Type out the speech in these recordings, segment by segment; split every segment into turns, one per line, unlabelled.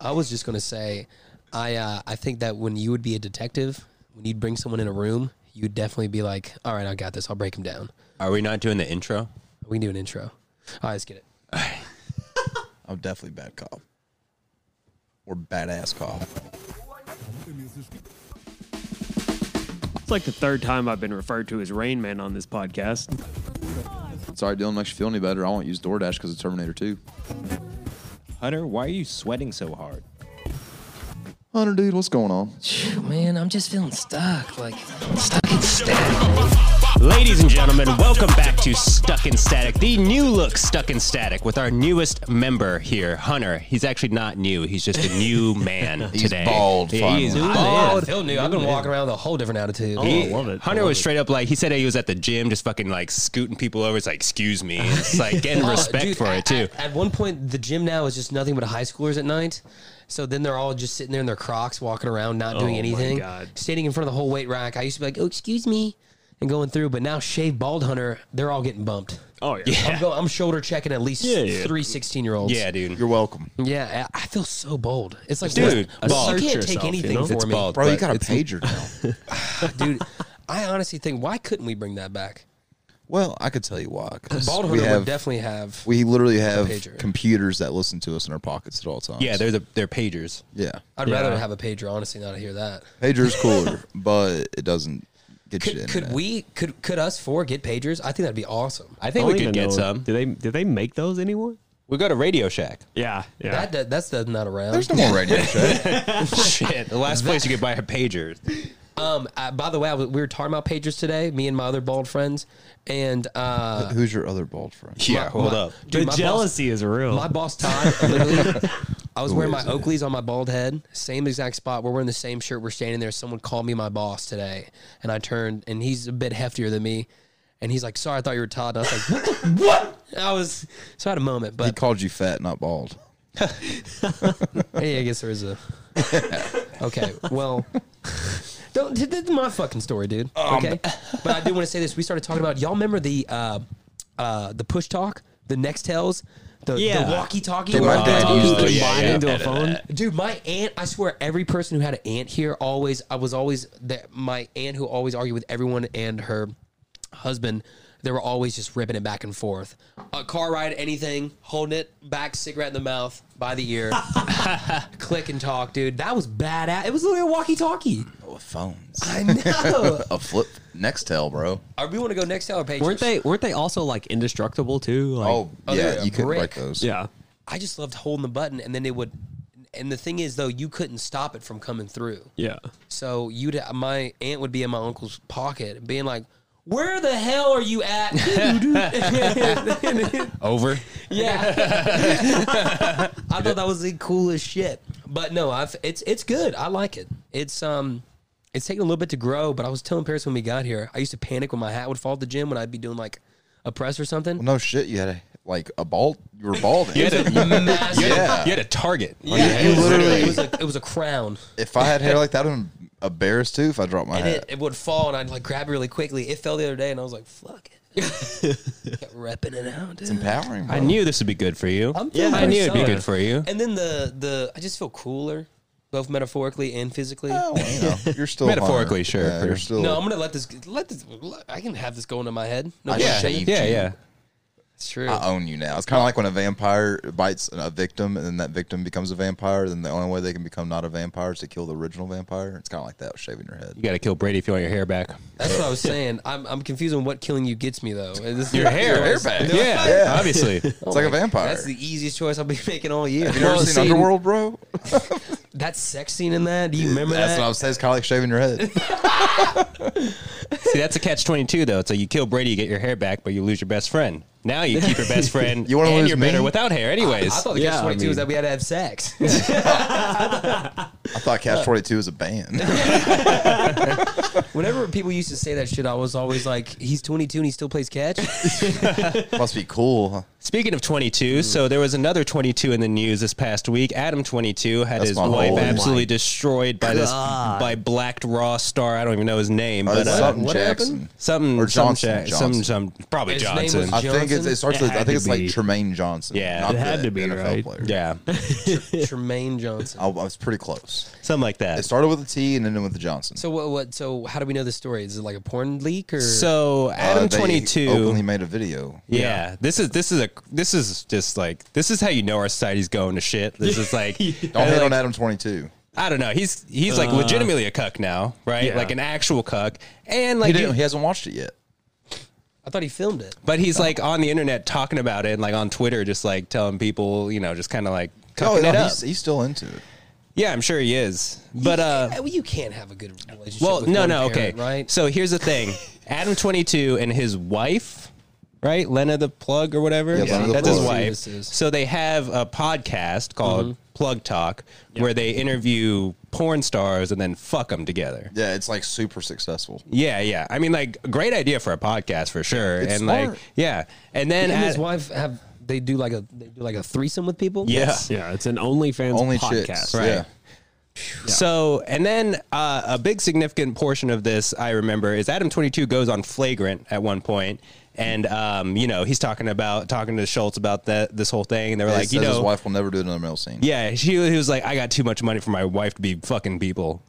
I was just gonna say, I uh, I think that when you would be a detective, when you'd bring someone in a room, you'd definitely be like, "All right, I got this. I'll break him down.
Are we not doing the intro?
We can do an intro." All right, let's get it.
I'm Oh, definitely bad cop. Or badass cop.
It's like the third time I've been referred to as Rain Man on this podcast.
Sorry, Dylan makes you feel any better. I won't use DoorDash because of Terminator 2.
Hunter, why are you sweating so hard?
Hunter, dude, what's going on?
Shoot, Oh, man, I'm just feeling stuck. Like stuck in static.
Ladies and gentlemen, welcome back to Stuck in Static, the new look Stuck in Static with our newest member here, Hunter. He's actually not new, he's just a new man today.
bald,
Yeah, he is
finally.
bald.
Oh, Phil knew. I've been walking around with a whole different attitude.
He-
love it.
Hunter
I love
was straight up like he said he was at the gym, just fucking like scooting people over. It's like, excuse me. It's like getting
Oh,
respect
dude,
for
at,
it too.
At, at one point, the gym now is just nothing but high schoolers at night. So then they're all just sitting there in their Crocs, walking around, not doing
Oh, my
anything,
God.
standing in front of the whole weight rack. I used to be like, "Oh, excuse me," and going through. But now, shave bald hunter, they're all getting bumped.
Oh yeah.
I'm, go, I'm shoulder checking at least
Yeah, yeah.
three 16 year olds.
yeah, dude.
You're welcome.
yeah. I I feel so bold. It's like,
Dude,
what-
bald.
you can't
Search
take
yourself, you
anything
know?
for
It's
me,
bald.
Bro, you
But
got a
it's-
pager now.
dude. I honestly think, why couldn't we bring that back?
well, I could tell you why. 'cause
Bald
we
hunter
have,
would definitely have.
we literally have
pager.
computers that listen to us in our pockets at all times.
Yeah, they're the they're pagers.
yeah.
I'd
Yeah.
rather have a pager, honestly, not to hear that.
Pager's cooler, but it doesn't get you
Could,
the
could
internet.
we could could us four get pagers? I think that'd be awesome.
I
I
think
don't
we could
even
get
know.
some.
Do they do they make those anymore?
We go to Radio Shack.
Yeah. Yeah.
That that that's that's not around.
There's no more radio show.
Shit, the last place you could buy a pager.
um. I, by the way, I was, we were talking about pagers today. Me and my other bald friends, and uh,
Who's your other bald friend?
Yeah, hold
my-
up.
dude, my
the
boss-
jealousy is real.
my boss Todd. Literally, I was wearing my Oakleys on my bald head, same exact spot. We're wearing the same shirt. We're standing there. Someone called me my boss today, and I turned, and he's a bit heftier than me, and he's like, "Sorry, I thought you were Todd." And I was like, "What?" the- what?" I was so I had a moment,
He
but
called you fat, not bald.
Hey, I guess there is a. okay, well, don't. th- That's my fucking story, dude.
Um,
Okay, but I do want to say this. We started talking about y'all. Remember the uh, uh, the push talk, the Nextels, the,
Yeah.
the walkie talkie.
Dude, my dad
Oh,
used to-
yeah,
combined
yeah.
into a
Edit
phone.
that.
Dude, my aunt. I swear, every person who had an aunt here always. I was always that my aunt who always argued with everyone and her husband. They were always just ripping it back and forth. A car ride, anything, holding it back, cigarette in the mouth, by the ear, click and talk, dude. That was badass. It was literally a walkie-talkie.
Oh, phones.
I know.
a flip Nextel, bro.
Are we want to go next to our page?
Weren't they weren't they also like indestructible too? Like,
Oh,
Oh, they're
yeah,
a
you could
brick.
break those.
yeah.
I just loved holding the button, and then it would. And the thing is, though, you couldn't stop it from coming through.
Yeah.
So you'd my aunt would be in my uncle's pocket, being like, "Where the hell are you at?"
Over.
yeah, I thought that was the coolest shit. But no, I've it's it's good. I like it. It's um, it's taking a little bit to grow. But I was telling Paris when we got here, I used to panic when my hat would fall at the gym when I'd be doing like a press or something.
No shit, you had a, like a bald. You were balding.
You had a,
Massive.
you had a-
Yeah.
you had a target.
Yeah,
You
it was
literally-
it was a, it was a crown.
if I had hair like that, I'm embarrassed too. If I dropped my
and
hat,
it, it would fall, and I'd like grab it really quickly. It fell the other day, and I was like, "Fuck it!" Kept repping it out. Dude.
empowering. Bro.
I knew this would be good for you.
I'm
Yeah,
feeling
I knew it'd be
myself.
good for you.
And then the the I just feel cooler, both metaphorically and physically.
Oh, well, you know, you're still
Metaphorically,
hard.
sure,
Yeah,
for-
you're still.
No, I'm gonna let this let this. I can have this go into my head. No,
Yeah.
shame.
hate
yeah,
you.
yeah.
it's true.
I own you now. It's kind of like when a vampire bites a victim, and then that victim becomes a vampire. Then the only way they can become not a vampire is to kill the original vampire. It's kind of like that, with shaving your head.
You got to kill Brady if you want your hair back.
That's what I was saying. I'm I'm confusing what killing you gets me though. And this-
Your hair,
Yours.
Yeah, obviously.
It's like a vampire.
That's the easiest choice I'll be making all year.
you ever
Well,
seen
see-
Underworld, bro?
That sex scene in that. Do you remember
That's
that?
what I was saying. It's kind of like shaving your head.
See, that's a catch twenty two though. It's like you kill Brady, you get your hair back, but you lose your best friend. Now you keep your best friend.
You wanna
and
lose
you're
me?
better without hair, anyways.
I thought the
Yeah,
catch
I
twenty two was that
mean-
we had to have sex.
I thought Catch 22 was a band.
Whenever people used to say that shit, I was always like, "He's 22 and he still plays catch."
Must be cool. Huh?
Speaking of 22,
Hmm.
so there was another 22 in the news this past week. Adam 22 had
That's
his
my
wife
whole-
absolutely destroyed by this
God.
by blacked raw star. I don't even know his name,
Uh,
but uh,
something
what
Jackson.
happened? Something
Or Johnson,
Some, Jack-
Johnson.
some some probably
His name was
Johnson.
I think it's,
Johnson?
it starts
It
with, I
had
think
to
it's like
be.
Tremaine Johnson.
Yeah.
not
It
had
the
to be,
NFL
right?
player.
yeah,
Tremaine Johnson.
I, I was pretty close.
something like
It
that.
started with a T and ended with a Johnson.
So what? What? So how do we know the story? Is it like a porn leak or?
So
Uh,
Adam
they
22
openly made a video.
Yeah. This is this is a this is just like this is how you know our society's going to shit. This is like
Don't hate
like,
on Adam 22.
I don't know. He's he's
Uh.
like legitimately a cuck now, right?
yeah.
Like an actual cuck. And
He,
like
didn't,
you-
he hasn't watched it yet.
I thought he filmed it.
but he's like on the internet talking about it and like on Twitter just like telling people, you know, just kind of like
No,
cucking
Oh, no,
it up.
he's, he's still into it.
Yeah, I'm sure he is. But uh
Well, you can't have a good relationship.
well,
with
no,
one
no,
parent,
okay.
right?
So here's the thing. Adam 22 and his wife, right? Lena the Plug or whatever.
Yeah, Lena the
that's his
Plug.
wife.
See who this is.
So they have a podcast called Plug Talk where they interview porn stars and then fuck them together.
Yeah, it's like super successful.
Yeah, yeah. I mean, like, great idea for a podcast for sure.
It's
and like,
smart.
yeah. And then
He and his
Ad-
wife have they do like a they do like a threesome with people?
yeah.
Yeah, it's an OnlyFans
Only
podcast.
chicks.
right.
Yeah.
So, and then uh, a big significant portion of this I remember is Adam 22 goes on flagrant at one point, and um, you know he's talking about talking to Schultz about that this whole thing, and they were
Like,
like, you know,
his wife will never do another male scene.
yeah, she he was like, I got too much money for my wife to be fucking people.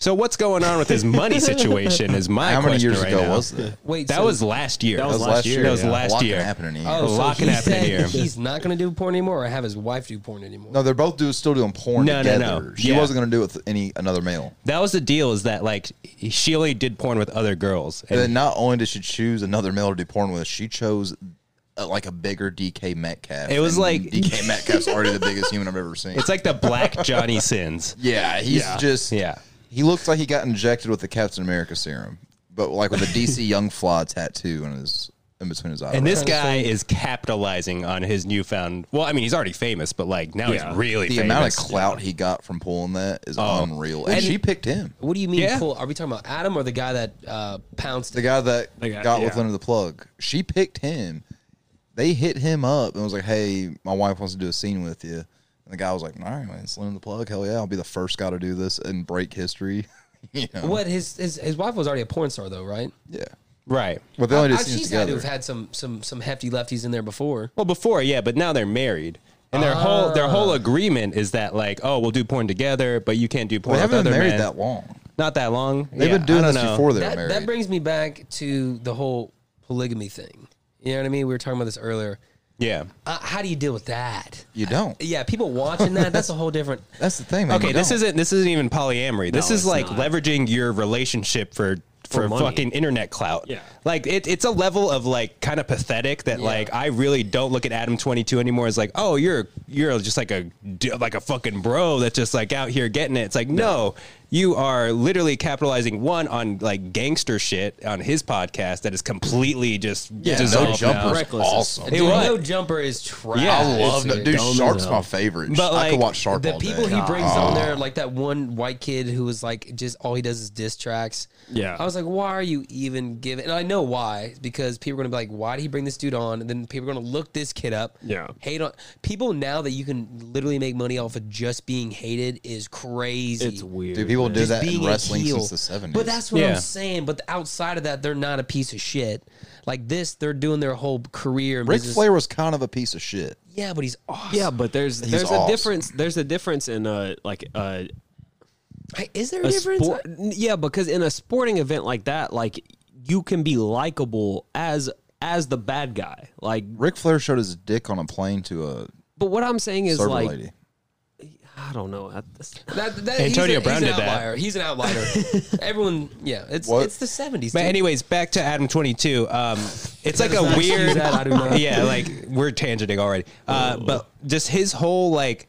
So what's going on with his money situation is my
How many
question
years
right
ago
now.
was that?
Wait,
That
so-
was last year.
was
That was last year.
That was
yeah.
A lot
last
can
year.
happen in a year.
Oh, so
Lock
he
and happen
said
here.
he's not going to do porn anymore, or have his wife do porn anymore.
No, they're both do, still doing porn
No, no,
together.
no.
She
Yeah.
wasn't going to do it with any another male.
That was the deal. Is that like she only did porn with other girls?
And
And
then not only did she choose another male to do porn with, she chose uh like a bigger DK Metcalf.
It was
And
like-
DK Metcalf's already the biggest human I've ever seen.
it's like the black Johnny sins.
yeah, he's just
Yeah.
He looks like he got injected with the Captain America serum, but like with a DC Young Fly tattoo in his in between his eyes.
And this guy is capitalizing on his newfound. Well, I mean, he's already famous, but like now
Yeah.
he's really
the
famous. Oh.
amount of clout he got from pulling that is unreal. And,
And-
she picked him,
What do you mean?
Yeah.
Pull? Are we talking about Adam or the guy that uh, pounced?
the guy that
The guy-
got with
yeah.
under the plug. She picked him. They hit him up and was like, "Hey, my wife wants to do a scene with you." And the guy was like, "All right, man, slim the plug. Hell yeah, I'll be the first guy to do this and break history." you know?
what his, his his wife was already a porn star though, right?
Yeah.
right?
But they only
I-
did
I-
scenes
she's had to
together.
have had some some some hefty lefties in there before.
Well, before, yeah, but now they're married, and their whole
Ah.
their whole agreement is that like, oh, we'll do porn together, but you can't do porn.
they
with
haven't
other
been married
men.
that long.
Not that long.
They've
Yeah,
been doing
I don't
this
know.
before they were
That
married.
that brings me back to the whole polygamy thing. You know what I mean? We were talking about this earlier.
Yeah.
Uh, how do you deal with that?
you don't.
Yeah, people watching that, that's a whole different.
That's the thing, man.
Okay,
you
this
don't.
isn't this isn't even polyamory. This
No,
is
it's
like
not.
leveraging your relationship for for,
For money.
fucking internet clout.
Yeah.
Like it, it's a level of like kind of pathetic that like I really don't look at Adam 22 anymore as like, "Oh, you're you're just like a d- like a fucking bro that's just like out here getting it." It's like, "No, you are literally capitalizing one on like gangster shit on his podcast that is completely just
Yeah, no
dissolved now.
jumper's
Reckless.
awesome.
Dude,
was.
no jumper is trash.
Yeah,
I love
It's-
no, dude.
dumb as
Shark's
hell.
my favorite.
But,
I could
like,
watch Shark
the
all
people
day.
he brings on there, like that one white kid who was like just all he does is diss tracks.
Yeah.
I was like, why are you even giving? And I know why it's because people are gonna be like, why did he bring this dude on? And then people are gonna look this kid up.
Yeah.
hate on people now that you can literally make money off of just being hated is crazy.
It's weird.
Dude, people do
Just
that
being
in
a
wrestling
heel.
since the seventies.
But that's what
Yeah.
I'm saying. But outside of that, they're not a piece of shit. Like this, they're doing their whole career. and
Ric
business-
Flair was kind of a piece of shit.
Yeah, but he's awesome.
Yeah, but there's there's
awesome.
a difference. There's a difference in a like uh, a,
Hey, is there a,
a
difference?
sport. Yeah, because in a sporting event like that, like you can be likable as as the bad guy. Like,
Ric Flair showed his dick on a plane to a
but what I'm saying is
server
like
lady.
I don't know. I- that's-
That, that, he's
Antonio
a,
Brown
he's
did
an
that.
outlier. He's an outlier. Everyone, yeah, it's
What?
it's the seventies.
But anyways, back to Adam twenty two. Um, it's like a weird,
that, I do not.
yeah, like we're tangenting already. Uh, but just his whole like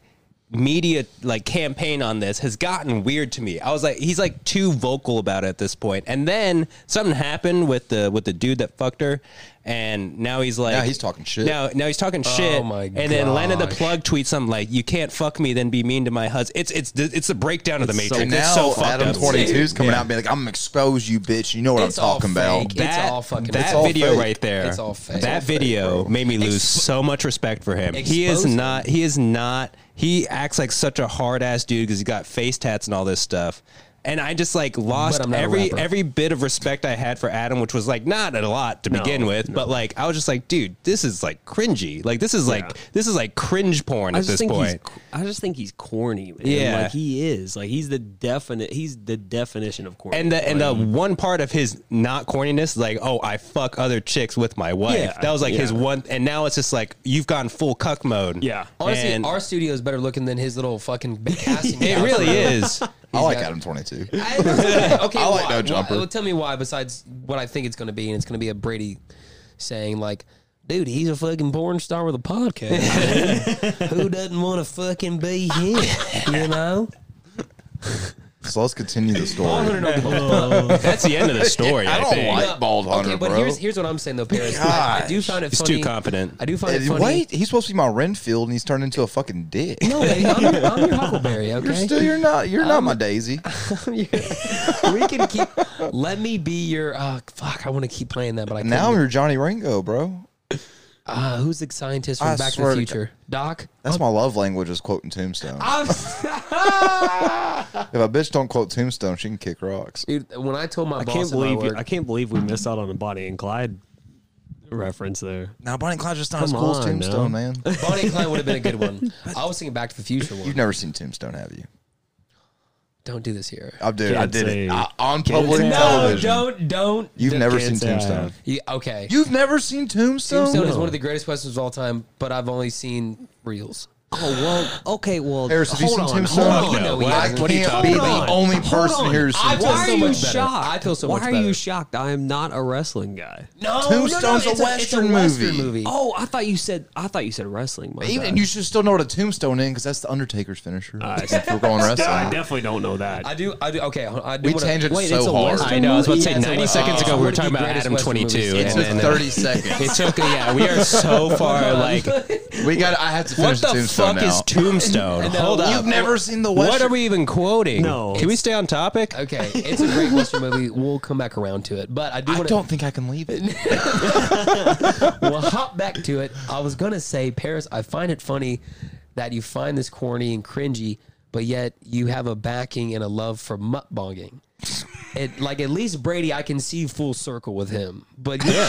media like campaign on this has gotten weird to me. I was like, he's like too vocal about it at this point. And then something happened with the with the dude that fucked her, and now he's like,
Now he's talking shit.
Now now he's talking shit.
Oh my
And then Lana the
gosh.
plug tweets something like, "You can't fuck me, then be mean to my husband." It's it's it's the breakdown of the
It's so-
Matrix.
And
it's
now
so fucked
Adam
up.
22's coming
Yeah.
out and being like, I'm going to expose you, bitch. You know what
It's
I'm
all
talking about.
fake. It's all fucking-
that
It's
all
video
fake.
right there.
It's all fake.
That
It's all fake,
video
bro.
made me lose
Expo-
so much respect for him. he is
Expose him.
not. He is not. He acts like such a hard ass dude because he got face tats and all this stuff. And I just like lost
I'm not a
every
rapper.
every bit of respect I had for Adam, which was like not a lot to begin with, but like I was just like, dude, this is like cringy. Like this is like this is like cringe porn
I
at
just
this
think
point.
he's. c- I just think he's corny. Man.
Yeah.
like he is. Like he's the definite. He's the definition of corny.
And the and the one part of his not corniness, like, oh, I fuck other chicks with my wife.
Yeah,
that was like his
yeah.
one. And now it's just like you've gone full cuck mode.
Yeah.
Honestly,
And
our studio is better looking than his little fucking casting.
it
couch.
really is.
I like
got-
Adam 22.
I, okay,
I like
why,
no
why-
jumper.
well, tell me why. Besides what I think it's going to be, and it's going to be a Brady saying like, "Dude, he's a fucking porn star with a podcast. man. Who doesn't want to fucking be him? You know."
So let's continue the story.
That's the end of the story. I,
I don't
think.
like Bald Hunter,
okay, but
bro.
here's here's what I'm saying though, Paris. I, I do
Gosh.
find it
He's
funny.
too confident.
I do find it
Uh,
funny.
Wait, he's supposed to be my Renfield, and he's turned into a fucking dick.
No, baby, I'm, your- I'm your Huckleberry. Okay,
You're still, you're not,
Um,
you're not my Daisy.
we can keep. Let me be your. Uh, fuck, I want to keep playing that, but I can't.
Now I'm your Johnny Ringo, bro.
uh, who's the scientist from
I
Back to
swear
the
to
Future? Doc.
That's my love language is quoting Tombstone.
I'm,
if a bitch don't quote Tombstone, she can kick rocks.
dude, when I told my
I
boss,
can't
at my
believe.
work-
I can't believe we missed out on a Bonnie and Clyde reference there.
Now, Bonnie and Clyde's just not
Come on,
Tombstone,
no.
man.
Bonnie and Clyde would have been a good one. I was thinking Back to the Future one.
You've never seen Tombstone, have you?
don't do this here.
I did. I
Can't
did
say.
it I, on public
say. No,
television.
don't, don't.
You've never seen
can't say I
Tombstone.
have.
You- okay.
You've never seen Tombstone.
Tombstone is one of the greatest westerns of all time, but I've only seen reels.
Oh well. Okay. Well,
Harris, have you seen Tombstone?
hold on.
Fuck no.
No, he
What?
I
hasn't.
can't
What are you
be
talking
the
about?
on.
only
Hold
person
on.
here who's
I
seen
feel
Why
so
are
much
you
better.
shocked?
I feel so
Why
much
are
better.
you shocked? I am not a wrestling guy.
No,
Tombstone's a
it's it's
western
western
movie.
Oh, I thought you said. I thought you said wrestling. My
Even,
bad.
and you should still know what a tombstone is because that's the Undertaker's finisher.
I see.
if we're going
I
wrestling.
definitely don't know that.
I do. I do. Okay, I do.
We
wanna-
tangent
wait, it's a
so hard.
western?
I know. I was about to say
Yeah, it's a
90
Western
seconds
movie.
ago, we
One
were
of the
talking about
greatest
Adam
Western
22.
movies.
It
and
took
then-
30 seconds.
It took, yeah, we are so far like.
We got. I have to
What
finish the
the
tombstone
fuck is
now.
Tombstone? Hold up.
You've never seen the Western.
What are we even quoting?
No.
Can we stay on topic?
Okay, it's a great western movie. We'll come back around to it, but I do
I
want
don't think I can leave it.
Well, hop back to it. I was gonna say, Paris, I find it funny that you find this corny and cringy, but yet you have a backing and a love for mutt bonging. It, like at least Brady, I can see full circle with him. But you're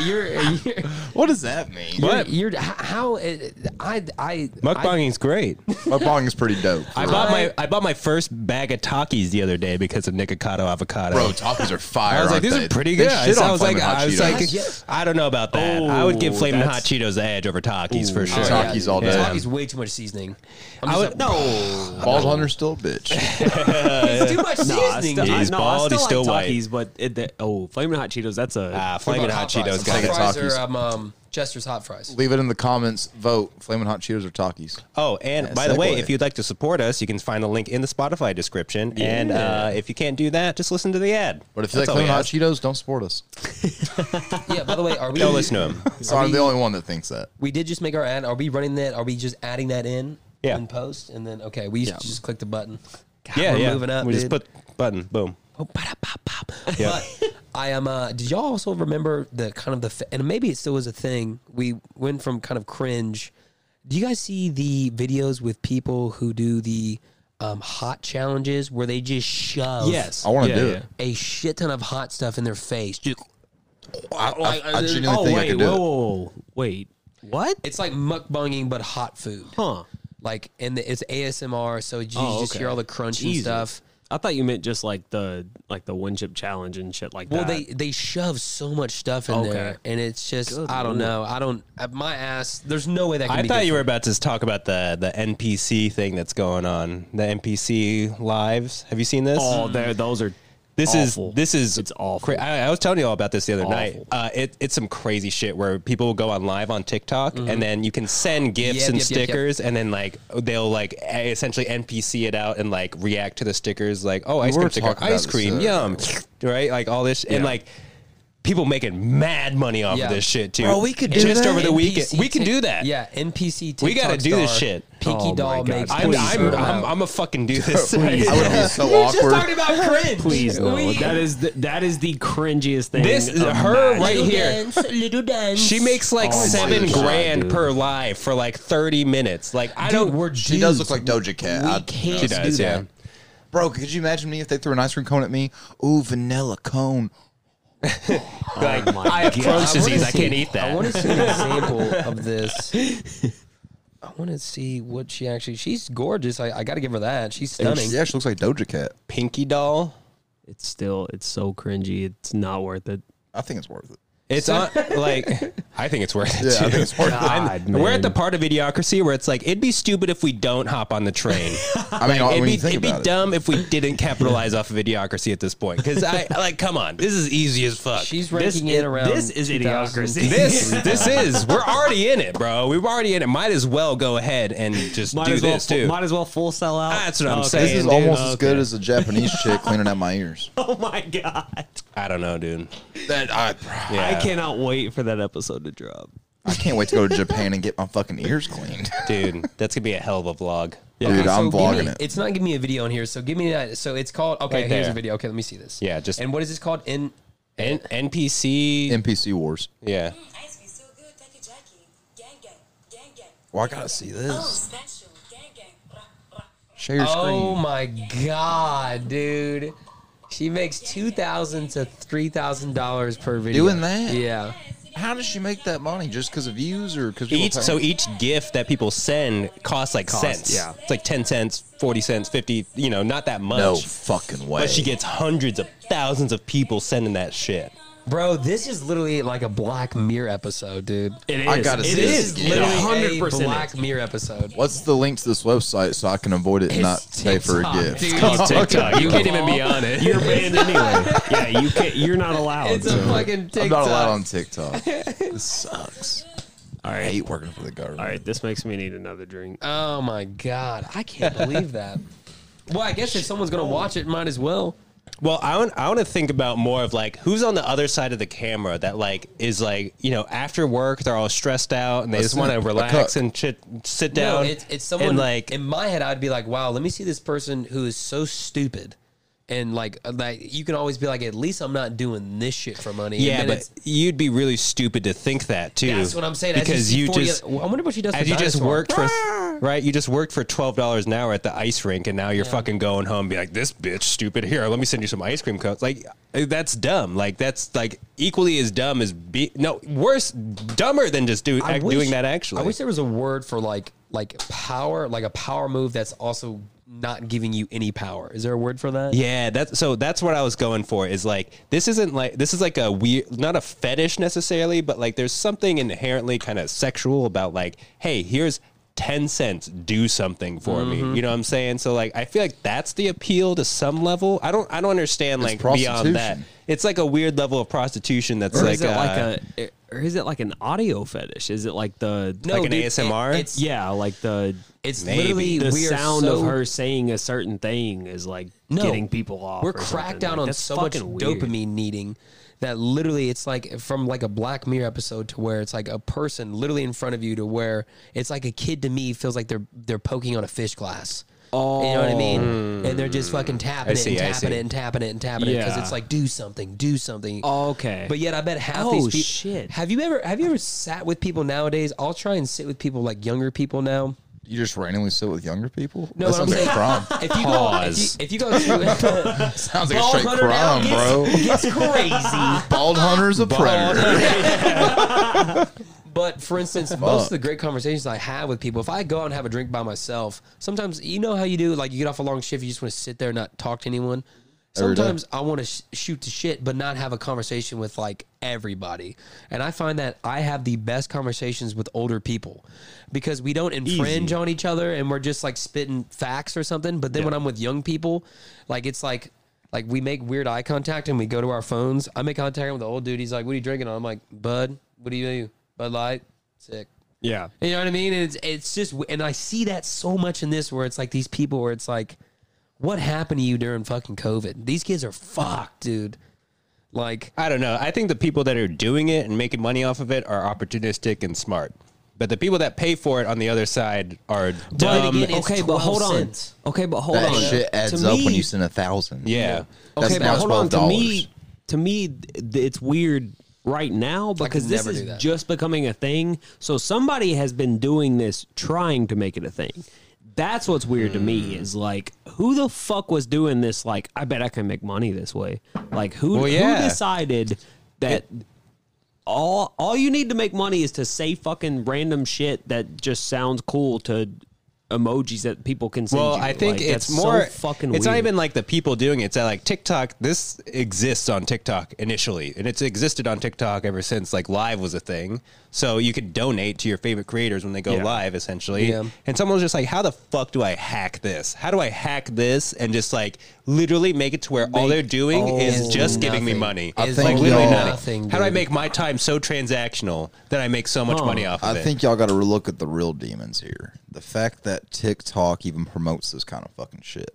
you're, you're, you're,
what does that mean?
What?
you're- how it, I I I,
Mukbanging's great.
Mukbang is pretty dope.
I bought my I bought my first bag of Takis the other day because of Nikocado avocado.
Bro, Takis are fire.
I was like,
aren't
these
they?
are pretty
They
good.
shit
So
on
I was like,
Flamin' Hot
I was
Cheetos.
like, I don't know about that. I would give Flamin' Hot Cheetos the edge over Takis for
Oh,
sure.
Takis all day.
Takis way too much seasoning. I'm just
I
I
would-
no,
Bald Hunter's still a bitch.
it's too much seasoning.
still,
He's bald, he's still white.
Takis, but it, the, oh, flaming hot Cheetos. That's a
Ah, Flamin' Hot Cheetos
Hot
got it.
Take
fries
Takis.
or um, um, Chester's hot fries.
Leave it in the comments. Vote Flamin' Hot Cheetos or Takis.
Oh, and
Yeah,
by the way,
segue.
if you'd like to support us, you can find the link in the Spotify description. And uh, if you can't do that, just listen to the ad.
But if you like
That's all we
Flamin' Hot
ask.
Cheetos, don't support us.
Yeah. By the way, are we?
don't listen to him.
So I'm the only one that thinks that.
we did just make our ad. Are we running that? Are we just adding that in?
Yeah.
In post, and then okay, we just click the button. God,
yeah,
we're
yeah.
moving up.
we just
dude.
put button, boom.
Oh, ba-da-ba-ba.
Yeah.
But I am. Uh, did y'all also remember the kind of the fa- and maybe it still is a thing. We went from kind of cringe. Do you guys see the videos with people who do the um, hot challenges where they just shove
Yes,
I wanna
Yeah,
do
yeah.
it.
a shit ton of hot stuff in their face? Just-
I, I, I genuinely
Oh
think I
wait,
could do
whoa,
it.
whoa, whoa, wait, what?
It's like mukbanging but hot food.
Huh?
Like and the, it's ASMR, so you
Oh,
just
okay.
hear all the crunch
Jesus.
and stuff.
I thought you meant just like the like the one chip challenge and shit like
Well,
that.
they they shove so much stuff in
Okay.
there, and it's just
Good
I don't know. I don't uh, my ass. There's no way that can
I
be
thought you were about to talk about the the NPC thing that's going on. The NPC lives. Have you seen this?
oh, there, those are
This
awful.
is this is
It's awful.
cra- I, I was telling you all about this the other
Awful.
night. Uh, it, it's some crazy shit where people will go on live on TikTok and then you can send gifts
Yep,
and
yep, yep, yep.
stickers and then like they'll like eh, essentially NPC it out and like react to the stickers like oh ice
were
cream sticker
talking about
ice
this,
cream
uh,
yum right like all this and like. People making mad money off
Yeah.
of this shit too.
Bro,
we
could
just over the
NPC
weekend. We can
Tik-
do that.
Yeah, NPC.
We gotta
TikTok
do this
star,
shit.
Pinky
Oh my
doll
God,
makes.
I'm,
Please,
I'm,
bro.
I'm, I'm a fucking do this.
I would be so
We just
awkward.
talking about cringe.
Please no.
We-
that is the, that is the cringiest thing.
This is her
imaginable.
right
little
here.
Dance, little dance.
She makes like
Oh my
seven
God,
grand
dude.
per live for like 30 minutes. Like, I
Dude,
don't.
we're
She does
dudes.
look like Doja Cat.
We
I-
can't
She does,
do
yeah.
that.
Bro, could you imagine me if they threw an ice cream cone at me? Ooh, vanilla cone.
like,
my
I
God.
have Crohn's
I wanna
disease. I
see-
can't eat
I
that.
want to see an example of this. I want to see what she actually. She's gorgeous. I, I got to give her that. She's stunning.
Yeah, she looks like Doja Cat.
Pinky doll.
It's still it's so cringy. It's not worth it.
I think it's worth it.
It's on, like, I think it's worth it.
Yeah, I
too.
think it's worth it.
I'm-
God,
we're at
man.
the part of idiocracy where it's like, it'd be stupid if we don't hop on the train.
I mean,
it'd
when
be,
you think
it'd be
about it.
dumb if we didn't capitalize off of idiocracy at this point. Because I, like, come on. This is easy as fuck.
She's
This
ranking
is-
it around.
this is
2000.
idiocracy.
this this is we're already in it, bro. We're already in it. Might as well go ahead and just
Might
do
as well
this
fu-
too.
might as well full sell out.
That's what I'm
Okay.
saying.
This is
dude.
almost as
Okay.
good as a Japanese chick cleaning out my ears.
Oh my god.
I don't know, dude.
That I,
Yeah.
I cannot wait for that episode to drop.
I can't wait to go to Japan and get my fucking ears cleaned.
dude. That's gonna be a hell of a vlog.
Dude,
Okay,
I'm
so give
vlogging
me,
it.
It's not giving me a video in here, so give me that. So it's called. Okay,
Right
here's a
there.
video. Okay, let me see this.
Yeah, just-
and what is this called? In
N- NPC.
NPC Wars.
yeah.
Mm, ice cream so good, take a Jackie. Gang gang, gang gang.
Well, I gotta see
Oh,
this.
special, gang gang. Rah, rah, rah.
Share your
Oh
screen.
my god, dude. She makes two thousand to three thousand dollars per video.
Doing that?
Yeah.
How does she make that money? Just because of views or because
Each so each gift that people send costs like cents.
yeah.
it's like ten cents, forty cents, fifty. You know, not that much.
No fucking way.
But she gets hundreds of thousands of people sending that shit.
Bro, this is literally like a Black Mirror episode, dude.
It is.
I gotta see
it
this
is
again.
literally
Literally
hundred
a
percent.
Black Mirror episode.
What's the link to this website so I can avoid it and not pay for a
TikTok,
gift?
dude.
Called TikTok. You
You
can't
fall.
even be on it.
You're banned anyway. Yeah, you can't. You're not allowed.
It's a fucking TikTok.
I'm not allowed on TikTok. this sucks.
all
I
right.
hate working for the government.
All right. This makes me need another drink.
Oh my god, I can't believe that. Well, I guess if someone's gonna watch it, might as well.
Well, I want I want to think about more of like who's on the other side of the camera that like is like you know after work they're all stressed out and they
A
just want to
simp, a
relax
cuck.
and chit, sit
No,
down.
it's, it's someone
and like
in my head. I'd be like, wow, let me see this person who is so stupid, and like uh, like you can always be like, at least I'm not doing this shit for money. And
yeah,
then
but
it's-
you'd be really stupid to think that too.
that's what I'm saying. As
because
see
you
40
just
I wonder what she does.
as
for
you just
Dinosaur.
worked for right you just worked for $12 an hour at the ice rink and now you're fucking going home and be like this bitch stupid here let me send you some ice cream cones like uh, that's dumb like that's like equally as dumb as be no worse dumber than just do,
I
act,
wish-
doing that actually
I wish there was a word for like like power, like a power move that's also not giving you any power. Is there a word for that?
yeah that's so that's what i was going for is like this isn't like this is like a weird not a fetish necessarily but like there's something inherently kind of sexual about like hey here's 10 cents do something for
Mm-hmm.
me you know what i'm saying so like i feel like that's the appeal to some level i don't i don't understand
It's
like beyond that
prostitution.
it's like a weird level of prostitution that's
or
like,
is it like
uh,
a? Or is it like an audio fetish? Is it like the?
No,
Like an
dude, it-
ASMR?
it's
Yeah, like the.
it's
Maybe.
literally
the
we are
sound
so
of her saying a certain thing is like
No.
getting people off.
We're
or something.
cracked down
Like,
on
that's
so much
fucking weird.
dopamine needing that literally it's like from like a Black Mirror episode to where it's like a person literally in front of you to where it's like a kid to me feels like they're they're poking on a fish glass. Oh, you know what I mean?
Oh.
And they're just fucking tapping it,
see, I
and tapping
see.
it and tapping it and tapping it because
Yeah.
it's like do something, do something.
Okay.
But yet, I bet half
Oh,
these people.
shit.
Have you ever have you ever sat with people nowadays? I'll try and sit with people like younger people now.
You just randomly sit with younger people?
No,
that
but I'm
sounds like a
saying-
crime.
If you go, if you, if you go
Pause.
to
sounds like a
Ball
straight
hunter now
crime, bro.
gets, gets crazy.
Bald hunter's a predator.
But for instance, most of the great conversations I have with people, if I go out and have a drink by myself, sometimes you know how you do, like you get off a long shift, you just want to sit there and not talk to anyone.
Every day.
Sometimes I want to sh- shoot the shit, but not have a conversation with like everybody. And I find that I have the best conversations with older people because we don't infringe on each other and we're just like spitting facts or something. But then when I'm with young people, like it's like Like we make weird eye contact and we go to our phones. I make contact with the old dude. He's like, "What are you drinking?" on?" I'm like, "Bud, what do you do? Bud Light, sick."
Yeah.
You know what I mean? And it's it's just, and I see that so much in this where it's like these people where it's like, what happened to you during fucking COVID? These kids are fucked, dude. Like,
I don't know. I think the people that are doing it and making money off of it are opportunistic and smart. But the people that pay for it on the other side are dumb.
again, it's
okay, but
12
hold on.
cents.
Okay, but hold
That
on.
shit adds
To
up when
me-
you send a thousand.
yeah.
That's
okay,
now
but hold on. To
$12.
me, to me, th- it's weird right now because this
never do
is
that.
just becoming a thing. So somebody has been doing this, trying to make it a thing. That's what's weird to
Hmm.
me is like, who the fuck was doing this? Like, I bet I can make money this way. Like, who,
Well, yeah.
who decided that? all all you need to make money is to say fucking random shit that just sounds cool to emojis that people can send
Well,
you.
I think
Like,
it's
that's so
more
fucking
It's not
weird.
even like the people doing it. It's that, like TikTok. This exists on TikTok initially, and it's existed on TikTok ever since like live was a thing. So you could donate to your favorite creators when they go
Yeah.
live, essentially.
Yeah.
And someone's just like, "How the fuck do I hack this? How do I hack this?" And just like literally make it to where all
Make
they're doing is
all
just giving me
nothing.
money.
I
It's
think
like literally
y'all-
nothing.
Nothing,
How do I
dude.
make my time so transactional that I make so much money off of
I
it?
think y'all got to look at the real demons here. The fact that TikTok even promotes this kind of fucking shit.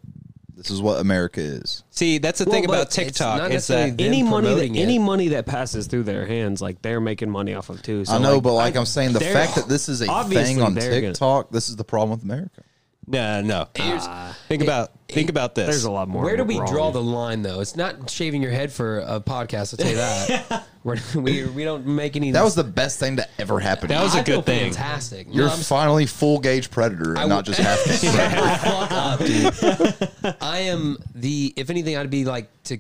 This is what America is.
See, that's the
Well,
thing
but
about
it's not
TikTok. It's,
necessarily
that
them
any money that
promoting it.
any money that passes through their hands, like they're making money off of too. So
I know,
like,
but like
I-
I, am saying, the
they're-
fact that this is a
obviously
thing on
they're gonna-
TikTok, this is the problem with America.
No, no. think about think about this.
there's a lot more.
where do we
wrong.
draw the line though? It's not shaving your head for a podcast. I'll tell you that. We're, we we don't make any.
That was the best thing to ever happen.
That was
I
a good
feel
thing.
Fantastic. No,
You're
I'm
finally full gauge predator and
I
not
w-
just half gauge. predator.
fuck up, dude. I am the. If anything, I'd be like to.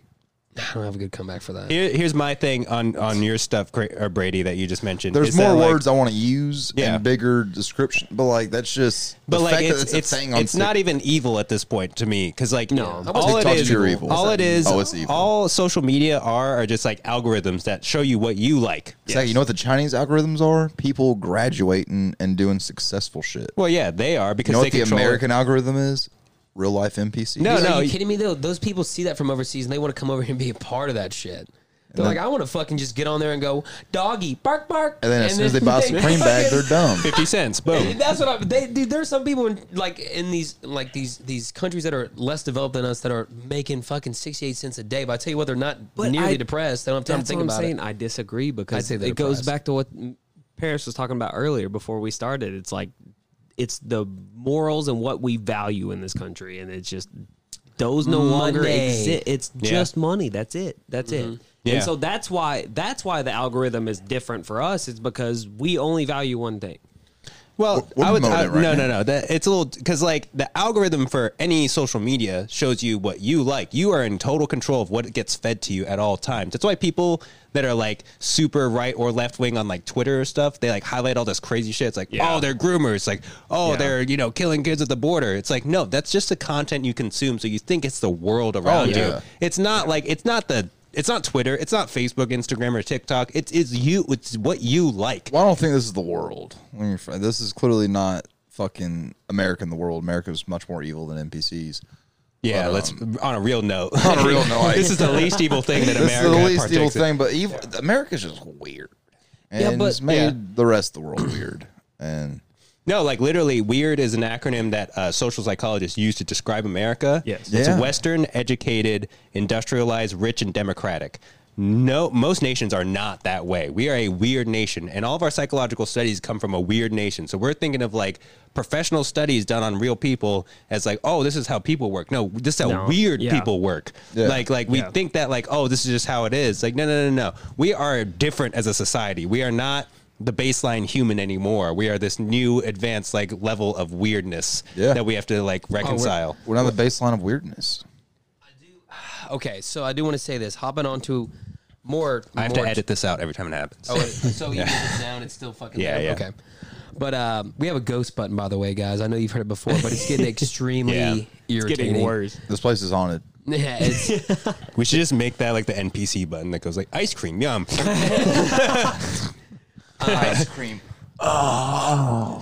I don't have a good comeback for that.
Here, here's my thing on on your stuff, Cra- or Brady, that you just mentioned.
There's
is
more
that, like-
words I want to use
Yeah.
and bigger description, but like that's just the
but like
fact
it's
that it's,
it's,
a thing on
it's not
TikTok.
even evil at this point to me because like
No.
all it
TikTok's
is
pure evil.
all it is
Oh, it's evil.
all social media are are just like algorithms that show you what you like.
Zach, you know what the Chinese algorithms are? People graduating and doing successful shit.
Well, yeah, they are because
You know
they
what the
control
American algorithm is? Real life NPCs.
No,
Dude,
no,
Are you
you-
kidding me though? Those people see that from overseas and they want to come over here and be a part of that shit. They're like, I want to fucking just get on there and go doggy bark bark.
And then as soon as they buy a Supreme bag,
fucking-
they're dumb.
fifty cents. Boom.
That's what I'm. They, dude, there's some people in like in these like these these countries that are less developed than us that are making fucking sixty eight cents a day. But I tell you what, they're not
But
nearly
I-
depressed. They don't have time to
That's
think
what I'm
about
saying.
it.
I disagree
I'd
because
say
it
they're
goes
depressed.
back to what Paris was talking about earlier before we started. It's like it's the morals and what we value in this country, and it's just those no longer
Money.
exist. It's
Yeah.
just money. That's it. That's
Mm-hmm.
it.
Yeah.
And so that's why that's why the algorithm is different for us. It's because we only value one thing.
Well,
We're- we're
I would I,
promoting it right
no,
now.
no, no. That it's a little because like the algorithm for any social media shows you what you like. You are in total control of what gets fed to you at all times. That's why people that are like super right or left wing on like Twitter or stuff, they like highlight all this crazy shit. It's like,
Yeah.
oh, they're groomers. Like, oh,
Yeah.
they're you know killing kids at the border. It's like, no, that's just the content you consume. So you think it's the world around
Oh,
yeah.
you. It's not like it's not the. It's not Twitter. It's not Facebook, Instagram, or TikTok. It's, it's you. It's what you like.
Well, I don't think this is the world. Let me rephr- This is clearly not fucking America in the world. America is much more evil than NPCs.
Yeah,
But,
let's on a real note.
Um, on a real note,
this is the least evil thing that
This is
America
the least evil
partakes in.
thing, but evil, America's just weird. And
Yeah, but-
it's made
Yeah.
the rest of the world weird. And
No, like literally, weird is an acronym that uh, social psychologists use to describe America.
Yes.
it's
Yeah.
Western, educated, industrialized, rich, and democratic. No, most nations are not that way. We are a weird nation, and all of our psychological studies come from a weird nation. So we're thinking of like professional studies done on real people as like, oh, this is how people work. No, this is how
No.
weird
Yeah.
people work.
Yeah.
Like, like we
Yeah.
think that like, oh, this is just how it is. Like, no, no, no, no. We are different as a society. We are not the baseline human anymore. We are this new advanced like level of weirdness
Yeah.
that we have to like reconcile.
we're not the baseline of weirdness.
Okay, so I do want to say this. Hopping on to more.
I have
more
to edit this out every time it happens.
Oh, wait, so you put it down, it's still fucking
Yeah,
there?
yeah.
Okay. But um, we have a ghost button, by the way, guys. I know you've heard it before, but it's getting extremely
Yeah.
irritating.
This place is haunted.
Yeah, it's,
We should just make that like the NPC button that goes like ice cream, yum.
Ice cream.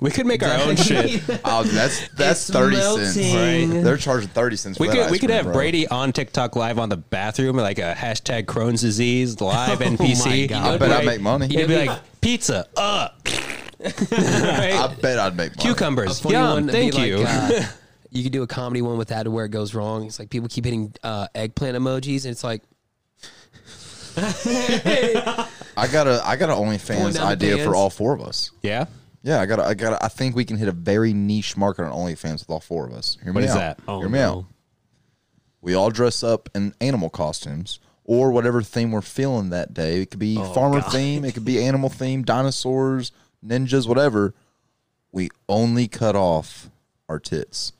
We could make our own shit.
Oh, that's that's
It's
thirty cents.
melting.
Right.
They're charging thirty cents. For
We
that
could
ice
we could
cream,
have
bro.
Brady on TikTok live on the bathroom like a hashtag Crohn's disease live
God.
NPC. You know,
Oh I bet I
right?
make money.
He'd be like pizza, uh, right?
I bet I'd make money.
A
cucumbers.
funny one
Yum,
would
thank
be like,
you.
uh, you could do a comedy one with that where it goes wrong. It's like people keep hitting uh, eggplant emojis, and it's like
I got a I got an
Pulling
OnlyFans
down the
idea for
pants.
all four of us.
yeah.
Yeah, I got I got I think we can hit a very niche market on OnlyFans with all four of us. Hear me
What is
out.
that?
Oh,
Hear me
no.
out. We all dress up in animal costumes or whatever theme we're feeling that day. It could be
Oh,
farmer theme, it could be animal theme, dinosaurs, ninjas, whatever. We only cut off our tits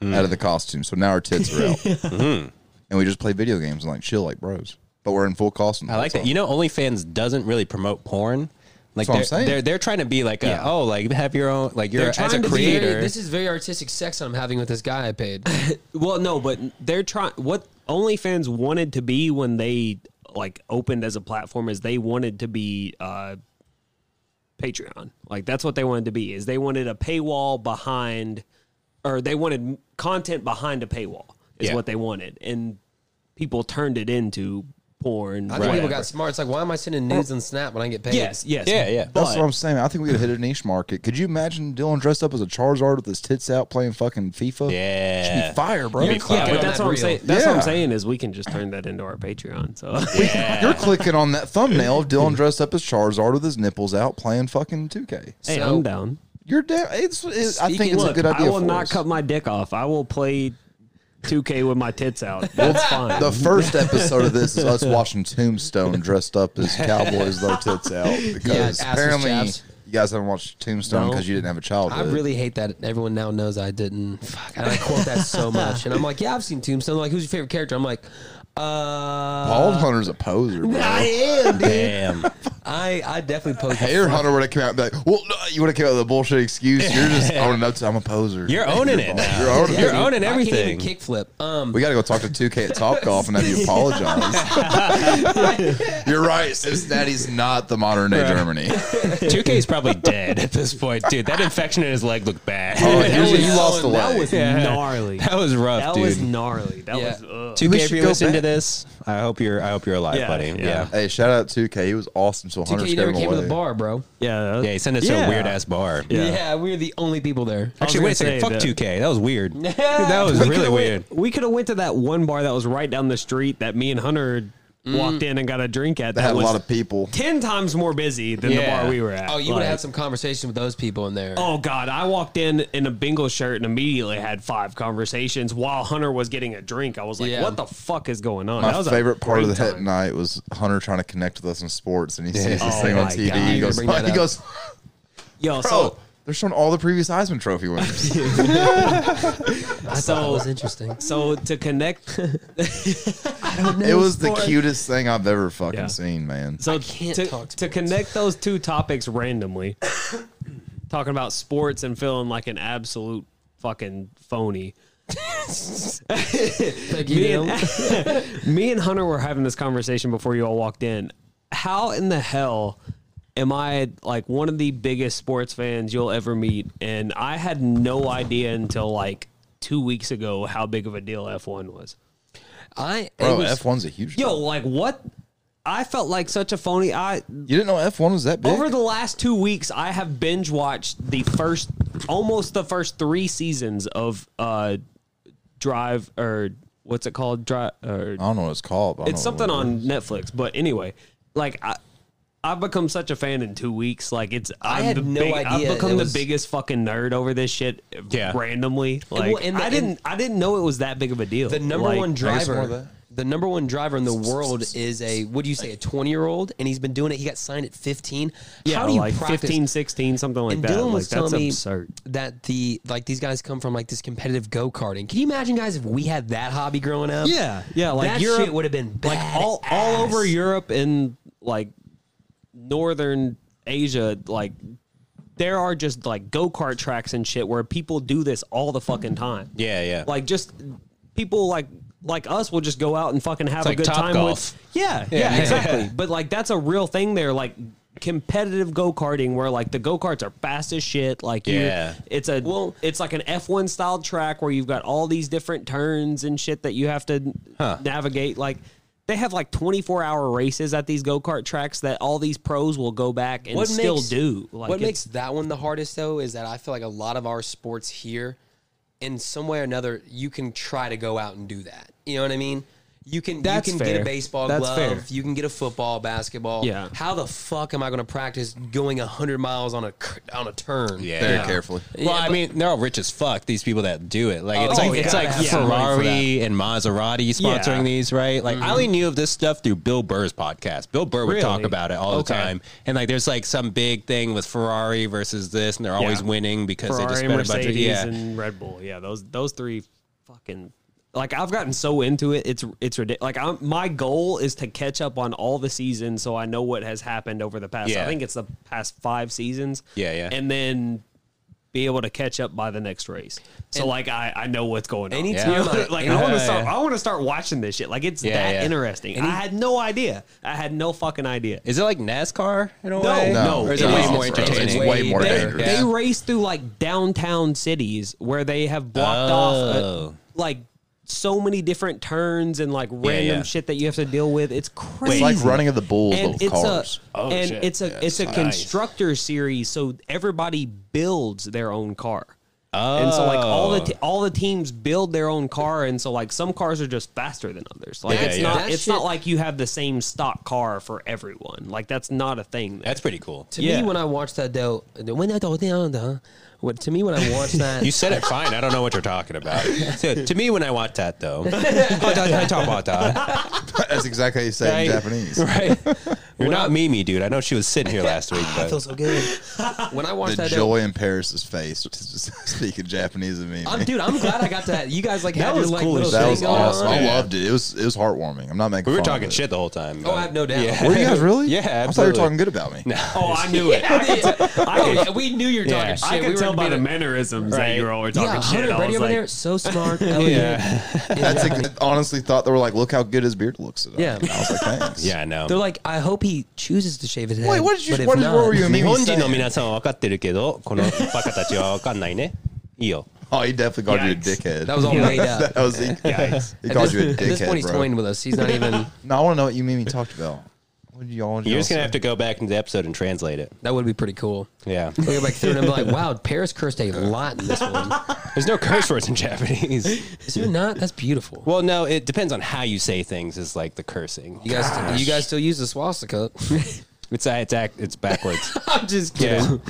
Hmm.
out of the costume. So now our tits are out. And we just play video games and like chill like bros. But we're in full costume. the
I
whole
like that.
time.
You know, OnlyFans doesn't really promote porn. Like
That's what I'm
they're,
saying.
they're they're trying to be like, a,
Yeah.
oh, like have your own like you're as a
trying to be-
creator.
Very- this is very artistic sex I'm having with this guy I paid.
Well, no, but they're trying. What OnlyFans wanted to be when they like opened as a platform is they wanted to be uh, Patreon. Like that's what they wanted to be. Is they wanted a paywall behind, or they wanted content behind a paywall. Is
Yeah.
what they wanted, and people turned it into porn.
I think people
whatever.
got smart. It's like, why am I sending nudes on Snap when I get paid?
yes, yes,
Yeah, yeah.
But
That's what I'm saying. I think we could hit a niche market. Could you imagine Dylan dressed up as a Charizard with his tits out playing fucking FIFA?
Yeah.
Should be fire, bro.
You're
You're,
clicking
yeah,
on
but that's
that
what I'm
reel.
saying. That's what
Yeah.
I'm saying is we can just turn that into our Patreon. So
clicking on that thumbnail of Dylan dressed up as Charizard with his nipples out playing fucking 2K.
hey,
So-
I'm down.
You're damn. It's, it, I think it's
Look,
a good idea.
I will
for
not
us.
cut my dick off. I will play 2K with my tits out. That's fine.
The first episode of this is us watching Tombstone dressed up as cowboys, though tits out. Because
ass was
apparently
chaps.
you guys haven't watched Tombstone
No.
because you didn't have a
I
childhood.
really hate that everyone now knows I didn't. Fuck, and I quote that so much. And I'm like, yeah, I've seen Tombstone. They're like, who's your favorite character? I'm like, uh,
Bald Hunter's a poser, bro.
I am, dude.
Damn.
I, I definitely post.
Hair Hunter would have come out and be like, well, no, you would have come out with a bullshit excuse. You're just owning up to I'm a poser.
You're owning it
bald.
now.
You're owning
You're
it.
owning
I
everything.
can't even kickflip. Um,
We got to go talk to 2K at Top Golf and have you apologize. You're right. Cincinnati's not the modern day
Right.
Germany.
2K is probably dead at this point, dude. That infection in his leg looked bad.
Oh, here's- you lost the
that
leg.
was
Yeah.
gnarly.
that was rough,
That
dude.
was gnarly. That
Yeah.
was. Ugh.
2K,
We
if
should
you
go
listen to
back.
this, I hope you're I hope you're alive,
Yeah,
buddy.
yeah.
Yeah. yeah.
Hey, shout out 2K. He was awesome until Hunter
TK never
gave him
came to
away.
the bar, bro.
Yeah.
he sent us to
Yeah.
a weird ass bar.
Yeah.
Yeah. we were the only people there.
Actually, wait a
was gonna
second.
say
Fuck
that-
2K. That was weird. that was really weird.
We could have went to that one bar that was right down the street that me and Hunter walked
Mm.
in and got a drink at.
They
that
had a
was
lot of people.
ten times more busy than
Yeah.
the bar we were at.
Oh, you would
Like,
have had some conversation with those people in there.
Oh God! I walked in in a bingo shirt and immediately had five conversations while Hunter was getting a drink. I was like,
Yeah.
"What the fuck is going on?"
My
That was a
favorite part of the
great
hit
time.
night was Hunter trying to connect with us in sports, and he sees this
Oh
thing on
my
TV.
God.
He
You
goes,
bring that
he
up.
goes,
Yo,
bro,
so
they're showing all the previous Heisman Trophy winners.
that
so
was interesting.
so to connect.
it was the cutest thing I've ever fucking
Yeah.
seen, man.
So
I can't
to,
talk
to connect those two topics randomly, talking about sports and feeling like an absolute fucking phony.
Thank
Me
you. Neil.
and, me and Hunter were having this conversation before you all walked in. How in the hell am I like one of the biggest sports fans you'll ever meet? And I had no idea until like two weeks ago how big of a deal F1 was.
I it
Bro,
was-
F1's a huge.
Yo, like what? I felt like such a phony. I
you didn't know F1 was that big?
over the last two weeks, I have binge watched the first, almost the first three seasons of uh, Drive or what's it called? Drive or
I don't know what it's called. But I
it's
know what
something
it is.
on Netflix. But anyway, like I, I've become such a fan in two weeks. Like it's I'm
had
the
no
big-
idea
I've become
it
the
was-
biggest fucking nerd over this shit.
Yeah.
randomly. Like
well, and the-
I didn't I didn't know it was that big of a deal.
the number
Like,
one
more of that.
driver. The number one driver in the world is a what do you say a twenty year old, and he's been doing it. He got signed at fifteen.
Yeah,
How do you
like
practice?
15, 16, something like
and
that.
Dylan
Like
was
that's
telling me
absurd.
that the like these guys come from like this competitive go karting. Can you imagine, guys, if we had that hobby growing up?
Yeah, yeah. Like
that
Europe
shit would have been bad.
like all all over Europe and like northern Asia. Like there are just like go kart tracks and shit where people do this all the fucking time.
Yeah, yeah.
Like just people like like us will just go out and fucking have a
like
good time
Topgolf.
with. Yeah, yeah, exactly. But like that's a real thing there. Like competitive go karting where like the go karts are fast as shit. Like you,
Yeah.
it's a well, it's like an F one style track where you've got all these different turns and shit that you have to navigate. Like they have like twenty four hour races at these go kart tracks that all these pros will go back and still do. Like
what
it's-
makes that one the hardest though is that I feel like a lot of our sports here, in some way or another, you can try to go out and do that. You know what I mean? You can
That's
you can get
fair.
a baseball
That's
glove.
fair.
You can get a football, basketball.
Yeah.
How the fuck am I going to practice going hundred miles on a cur- on a turn?
Yeah.
Very carefully.
Well, I mean, they're all rich as fuck. These people that do it, like it's
Oh,
like
yeah.
it's like
Yeah.
Ferrari and Maserati sponsoring
Yeah. Mm-hmm.
these, right? Like I only knew of this stuff through Bill Burr's podcast. Bill Burr would talk
Really?
about it all
Okay.
the time, and like there's like some big thing with Ferrari versus this, and they're always
Yeah.
winning because they just
Ferrari,
spent a bunch of
Mercedes,
yeah.
and Red Bull. Yeah, those those three fucking like I've gotten so into it. It's it's ridiculous. Like I'm, my goal is to catch up on all the seasons, so I know what has happened over the past. I
Yeah.
think it's the past five seasons.
Yeah, yeah.
and then be able to catch up by the next race. So like I I know what's going on.
Anytime
You know,
I-
like I
anytime-
want to start I want to start watching this shit. Like it's
Yeah,
that
yeah.
interesting. I had no idea. I had no fucking idea.
Is it like NASCAR in
No,
a way?
no,
Or is
it
it,
is.
way
It's
more
way-
entertaining?
it's way more
They-
dangerous.
yeah.
They race through like downtown cities where they have blocked off uh,
Oh.
like so many different turns and like random
yeah.
shit that you have to deal with. It's crazy.
It's like running of the bulls
and
of
it's
cars.
a and it's a it's a constructor series, so everybody builds their own car. And so, like all the
Oh.
te- all the teams build their own car, and so like some cars are just faster than others. Like
Yeah,
it's
yeah.
not
That
it's
shit-
not like you have the same stock car for everyone. Like that's not a thing. There.
That's pretty cool.
To
Yeah.
me, when I watch that though, when I thought down, huh? What- to me when I watch that,
You said it fine. I don't know what you're talking about. So, to me, when I watch that though,
Oh,
I talk about that.
That's exactly how you say it in
Right.
Japanese.
Right? You're not Mimi, dude. I know she was sitting here last week, but
so good. when I watch
The
that, though,
joy in Paris's face, just speaking Japanese to me.
I'm,
man.
dude, I'm glad I got to. You guys like
That
had your,
was
like
cool
little
as shit.
That
thing
was
going on.
awesome. I
Yeah.
loved it. It was it was heartwarming. I'm not making.
we were
fun of
talking
it.
shit the whole time.
Oh,
but-
I have no doubt.
Yeah.
Were you guys really?
Yeah,
I thought you were
absolutely.
talking good about me.
oh, I knew it.
I did. I did. we knew you were talking
Yeah.
shit.
I could
we
tell
were
by the
being-
mannerisms that
Right.
you were always talking
Yeah,
shit.
Hunter
I
Brady
was
over
like,
there, so smart. elegant.
Yeah.
That's ex- I honestly thought they were like, look how good his beard looks. Today.
Yeah.
And I was like, thanks.
Yeah, I know.
They're like, I hope he chooses to shave his head.
Wait, what did you?
but if
What, did,
not,
what were you? and
日
Mimi
本人の
saying?
皆さんは分かってるけど、このバカたちは分かんないね。いいよ。
Oh, he definitely called you a
Yikes.
dickhead.
That was all made up.
that was he, he
At
called
this,
you a
at this point,
dickhead,
he's
bro.
toying with us. He's not even.
No, I want to know what you Mimi talked about. What did y'all? what did
You're
y'all
just gonna
say?
have to go back into the episode and translate it.
That would be pretty cool.
Yeah.
We go back through and I'm like, wow, Paris cursed a lot in this one.
There's no curse words in Japanese.
Is there not? That's beautiful.
Well, no, it depends on how you say things. Is like the cursing.
you guys, you guys still use the swastika?
It's it's act, it's backwards.
I'm just
yeah,
kidding.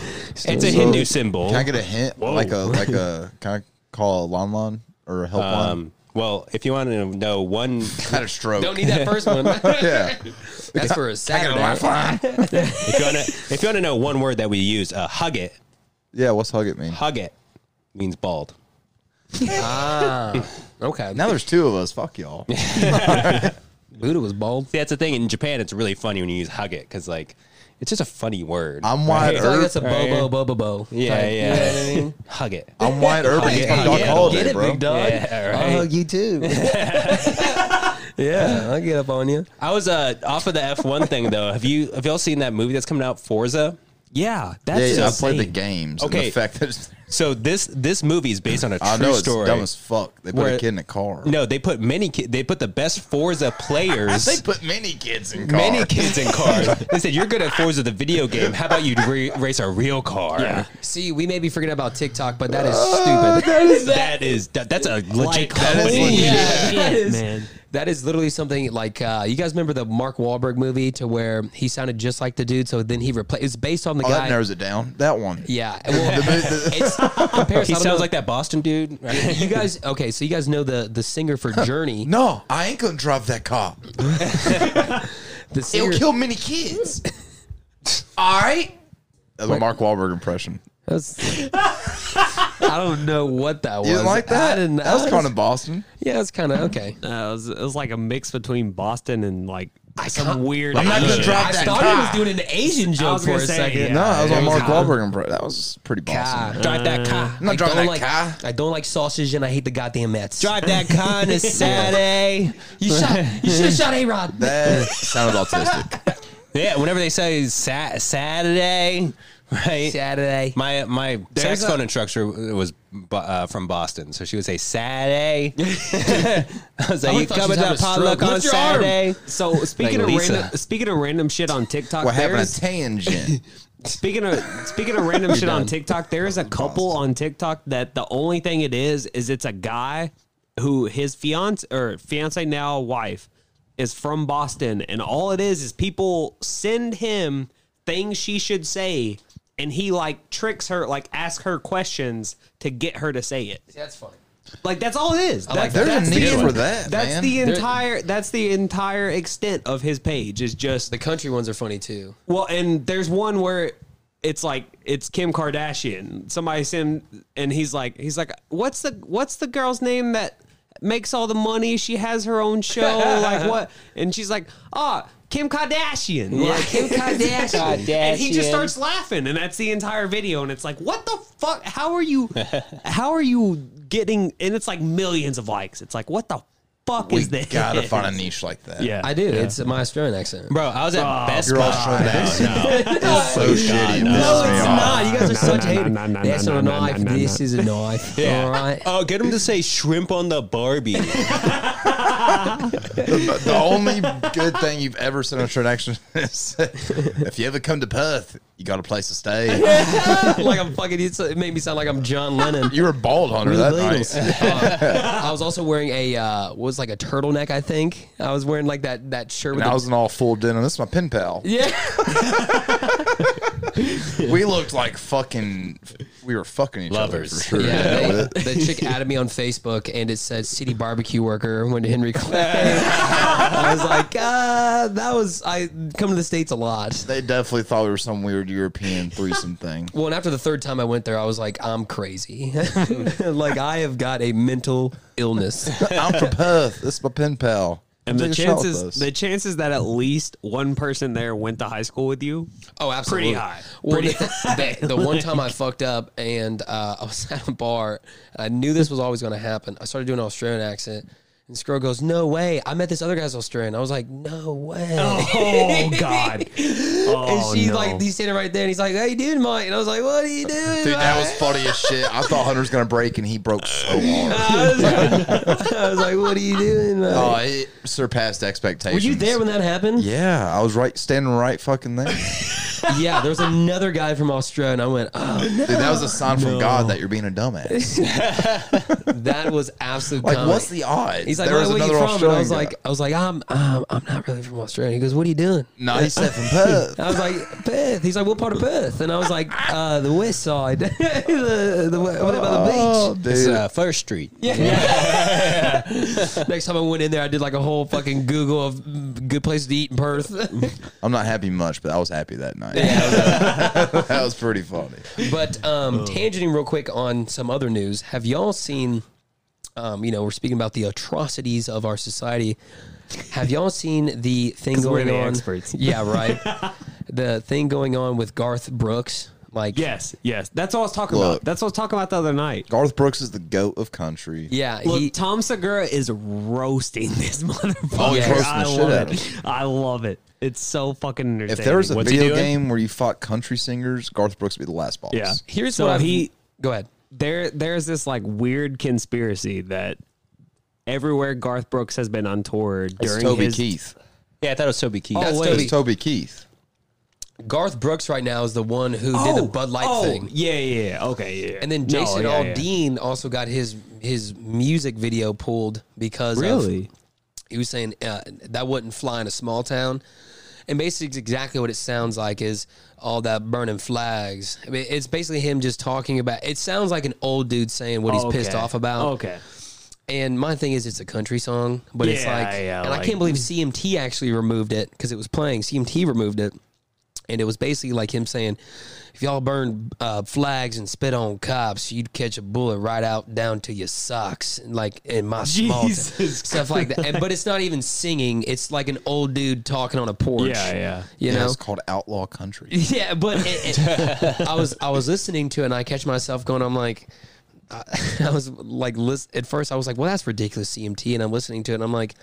it's a Hindu symbol.
Can I get a hint? Like a like a can I call a lawn lawn or a help
Um, well, if you want to know one,
line? Had a stroke.
Don't need that first one.
yeah.
That's for a Saturday.
if you want to, if you want to know one word that we use, uh, hug it.
Yeah. What's hug it mean?
Hug it means bald.
Okay.
Now there's two of us. Fuck y'all.
Buddha was bald.
See, that's the thing in Japan. It's really funny when you use hug it because like it's just a funny word.
I'm wide
I feel like
urban.
that's a bobo bobo bo.
yeah,
type.
yeah.
You know what I mean?
hug it.
I'm wide urban. It's my
yeah,
dog
yeah,
Get
holiday,
it,
bro.
big dog.
Yeah, right.
I'll hug you too. yeah, I'll get up on you.
I was uh, off of the F1 thing though. Have you have y'all seen that movie that's coming out, Forza?
yeah,
Yeah,
that's
yeah, I
insane.
played the games. And
Okay.
the fact that
So this this movie is based on a true
I know it's
story.
dumb as fuck. They put
Where-
a kid in a car.
no, they put many ki- they put the best Forza players.
They put many kids in cars.
Many kids in cars. they said, "You're good at Forza, the video game. How about you re- race a real car?"
Yeah.
See, we may be forgetting about TikTok, but that is stupid. Uh, That is
that is that, that's a legit
Like,
company.
is
holy
legit.
shit,
Yeah.
man.
That is literally something like uh, you guys remember the Mark Wahlberg movie to where he sounded just like the dude, so then he replaced. It's based on the
Oh,
guy.
that narrows it down. That one.
yeah, well, it's comparison.
He
I don't
sounds
know.
like that Boston dude.
you guys. Okay, so you guys know the the singer for Journey.
No, I ain't gonna drive that car.
the singer,
many kids. All right. That's my Mark Wahlberg impression.
That's- I don't know what that was.
You didn't like
I
that?
didn't,
that was
I
kind of Boston.
Yeah, it's kind of okay.
Uh, it, was, it was like a mix between Boston and like some weird.
I'm not gonna
Asian-
drive
I
that
thought
car.
he was doing an Asian
I
joke
was
for
gonna
a
say,
second. Ah,
yeah.
No, that was
it
my Mark
was hot.
Wahlberg impression. That was pretty
Car.
Boston.
Drive
Uh,
that car.
I
not driving
don't
that
like,
car.
I don't like sausage, and I hate the goddamn Mets.
Drive that car on a Saturday.
You shot. You should have shot A Rod.
That sounded autistic.
Yeah, whenever they say sa- Saturday, right?
Saturday.
My my
There's
saxophone
a-
instructor was bo- uh, from Boston, so she would say Saturday. I was like,
I
"You
thought she
coming
was having
to
a
potluck
stroke.
on
Lift your arm.
Saturday?"
So speaking
Like
of
Lisa.
random, speaking of random shit on TikTok,
What happened? A
there's
tangent.
Speaking of speaking of random shit on TikTok, there is a couple on TikTok that the only thing it is is it's a guy who his fiance or fiance now wife is from Boston, and all it is is people send him things she should say, and he like tricks her, like ask her questions to get her to say it.
That's funny.
Like that's all it is. That,
like that.
There's
that's
a
the-
need for that,
That's
man.
the entire. That's the entire extent of his page. Is just
The country ones are funny too.
well, and there's one where it's like it's Kim Kardashian. Somebody send and he's like he's like what's the what's the girl's name that makes all the money? She has her own show. like what? And she's like, "Ah, Kim Kardashian." Like Kim Kardashian. and he just starts laughing and that's the entire video and it's like, "What the fuck? How are you how are you getting and it's like millions of likes. It's like, "What the fuck
we
is this?"
gotta find a niche like that.
Yeah.
I do. It's my Australian accent.
Bro, I was at Best
You're
Buy.
Australian.
No, no.
It's so shitty. No,
it's not. You guys are such haters.
nah, nah,
That's
nah,
not a
nah, nah,
knife.
nah,
This is a knife.
Yeah.
All right.
Oh, get him to say shrimp on the Barbie.
The only good thing you've ever said on Short Action is if you ever come to Perth, you got a place to stay.
like I'm fucking. It's, it made me sound like I'm John Lennon.
You were bald hunter that
Ladles.
night.
Uh, I was also wearing a uh, what was it, like a turtleneck. I think I was wearing like that that shirt with
And I
the-
was in all full denim. This is my pen pal.
yeah.
We looked like fucking. We were fucking each
Lovers.
other for sure.
Yeah,
Yeah, with
they- the chick added me on Facebook and it said city barbecue worker went to Henry Clay. I was like, uh, that was I come to the states a lot.
They definitely thought we were some weird European threesome thing.
Well, and after the third time I went there, I was like, I'm crazy. like I have got a mental illness.
I'm from Perth. This is my pen pal.
And the
Take a shot with
chances
us.
the chances that at least one person there went to high school with you.
Oh, absolutely.
Pretty high.
Well,
Pretty
the, th- the- the one time I fucked up and uh, I was at a bar, I knew this was always going to happen. I started doing an Australian accent. And Skrull goes, no way. I met this other guy's Australian. I was like, no way.
Oh God. Oh,
and she's
no.
like, he's sitting right there. And he's like, how you doing, Mike? And I was like, what are you doing?
Dude, that
mate?"
was funny as shit. I thought Hunter's gonna break, and he broke so hard.
I was like, what are you doing, mate?
Oh, it surpassed
Were
expectations.
you there when that happened?
Yeah, I was right, standing right fucking there.
yeah. There was another guy from Australia. And I went, oh,
Dude, that was a sign from God that you're being a dumbass.
that was absolute
Like,
comedy.
what's the odds?
He's like, where, where you from? and I was
guy.
like, I was like, I'm, um, I'm not really from Australia. He goes, what are you doing?
no, he said from Perth.
I was like, Perth. He's like, what part of Perth? And I was like, uh, the west side. the, the, what about the beach?
Oh,
It's
dude.
uh, First Street.
Yeah. Next time I went in there, I did like a whole fucking Google of mm, good places to eat in Perth.
I'm not happy much, but I was happy that night. that was pretty funny.
but
Oh.
um, tangenting real quick on some other news. Have y'all seen? Um, you know, we're speaking about the atrocities of our society. Have y'all seen the thing
'Cause we're
going
the
on?
experts.
Yeah, right. the thing going on with Garth Brooks, like
Yes, yes. That's all I was talking
Look.
about. That's what I was talking about the other night.
Garth Brooks is the goat of country.
yeah,
Look,
he,
Tom Segura is roasting this motherfucker.
Oh,
he's roasting
I
the shit
love
out
it. I love it. It's so fucking entertaining.
If there was a
What's he
video
doing?
game where you fought country singers, Garth Brooks would be the last boss.
yeah.
here's
So
what I've-
he
Go ahead.
there there's this like weird conspiracy that everywhere Garth Brooks has been on tour during
Toby
his
Keith.
Yeah, I thought it was Toby Keith.
That's
Oh, wait.
Toby.
It's Toby Keith.
Garth Brooks right now is the one who did the Bud Light
oh,
thing.
Yeah, yeah, yeah. Okay, yeah. yeah.
And then
No,
Jason
yeah, yeah.
Aldean also got his his music video pulled because of-
Really?
he was saying uh, that wouldn't fly in a small town. And basically, it's exactly what it sounds like is all that burning flags. I mean, it's basically him just talking about. It sounds like an old dude saying what he's pissed
Oh, Okay.
off about.
Okay.
And my thing is, it's a country song, but it's
Yeah,
like,
yeah,
and I
like-
can't believe CMT actually removed it because it was playing. CMT removed it, and it was basically like him saying, "If y'all burn uh, flags and spit on cops, you'd catch a bullet right out down to your socks." And like in my small town."
Jesus
stuff like that. And, but it's not even singing; it's like an old dude talking on a porch.
Yeah, yeah.
You
Yeah,
know,
it's called Outlaw Country.
yeah, but it, it- I was I was listening to it and I catch myself going, I'm like, I, I was like, list, at first I was like, well, that's ridiculous, CMT, and I'm listening to it and I'm like,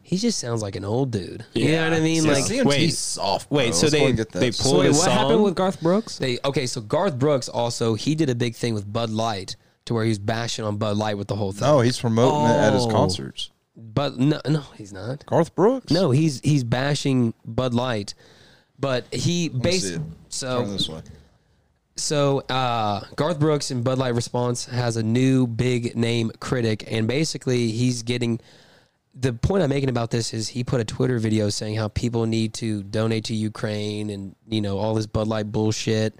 He just sounds like an old dude. You know what I mean?
Yeah.
Like
See,
CMT's
wait.
soft. Bro.
Wait, so
Let's go
they
and get
they
this.
pulled
Wait,
a
what
song.
happened with Garth Brooks?
they okay, so Garth Brooks also he did a big thing with Bud Light to where he was bashing on Bud Light with the whole thing.
No, he's promoting it at his
Oh.
concerts.
But no no, he's not.
Garth Brooks.
No, he's he's bashing Bud Light. But
me see
he based
it. Turn
so
this way.
So uh, Garth Brooks in Bud Light Response has a new big name critic, and basically he's getting. The point I'm making about this is he put a Twitter video saying how people need to donate to Ukraine and you know all this Bud Light bullshit,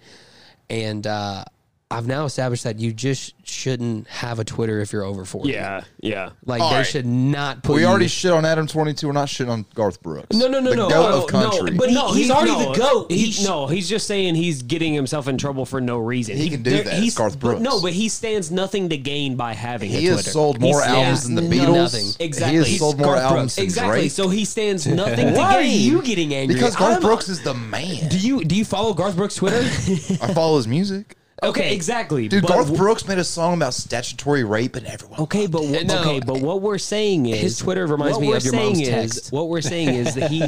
and uh, I've now established that you just shouldn't have a Twitter if you're over 40.
Yeah, yeah.
like
All
they
right.
should not put.
We
you-
already shit on Adam Twenty Two. We're not shitting on Garth Brooks.
No, no, no,
the
no, Oh,
Goat
no,
of country.
no, but he- he's already the goat.
He,
He-
no, he's just saying he's getting himself in trouble for no reason.
He can do
there-
that.
He's
It's Garth
but No,
Brooks.
but he stands nothing to gain by having.
he
a
has
Twitter.
sold more
He's-
albums
yeah,
than the
no,
Beatles.
nothing.
Exactly.
He has
He's
sold more
Garth
albums
Brooks.
than
Exactly.
Drake.
So he stands nothing to gain.
Why are you getting angry?
because Garth
I'm-
Brooks is the man.
Do you do you follow Garth Brooks Twitter?
I follow his music.
Okay, exactly.
Dude,
but
Garth
w-
Brooks made a song about statutory rape and everyone.
Okay, but what,
No,
okay, but what we're saying is
his Twitter reminds
what
me
we're
of your mom's
saying is-
text.
What we're saying is that he,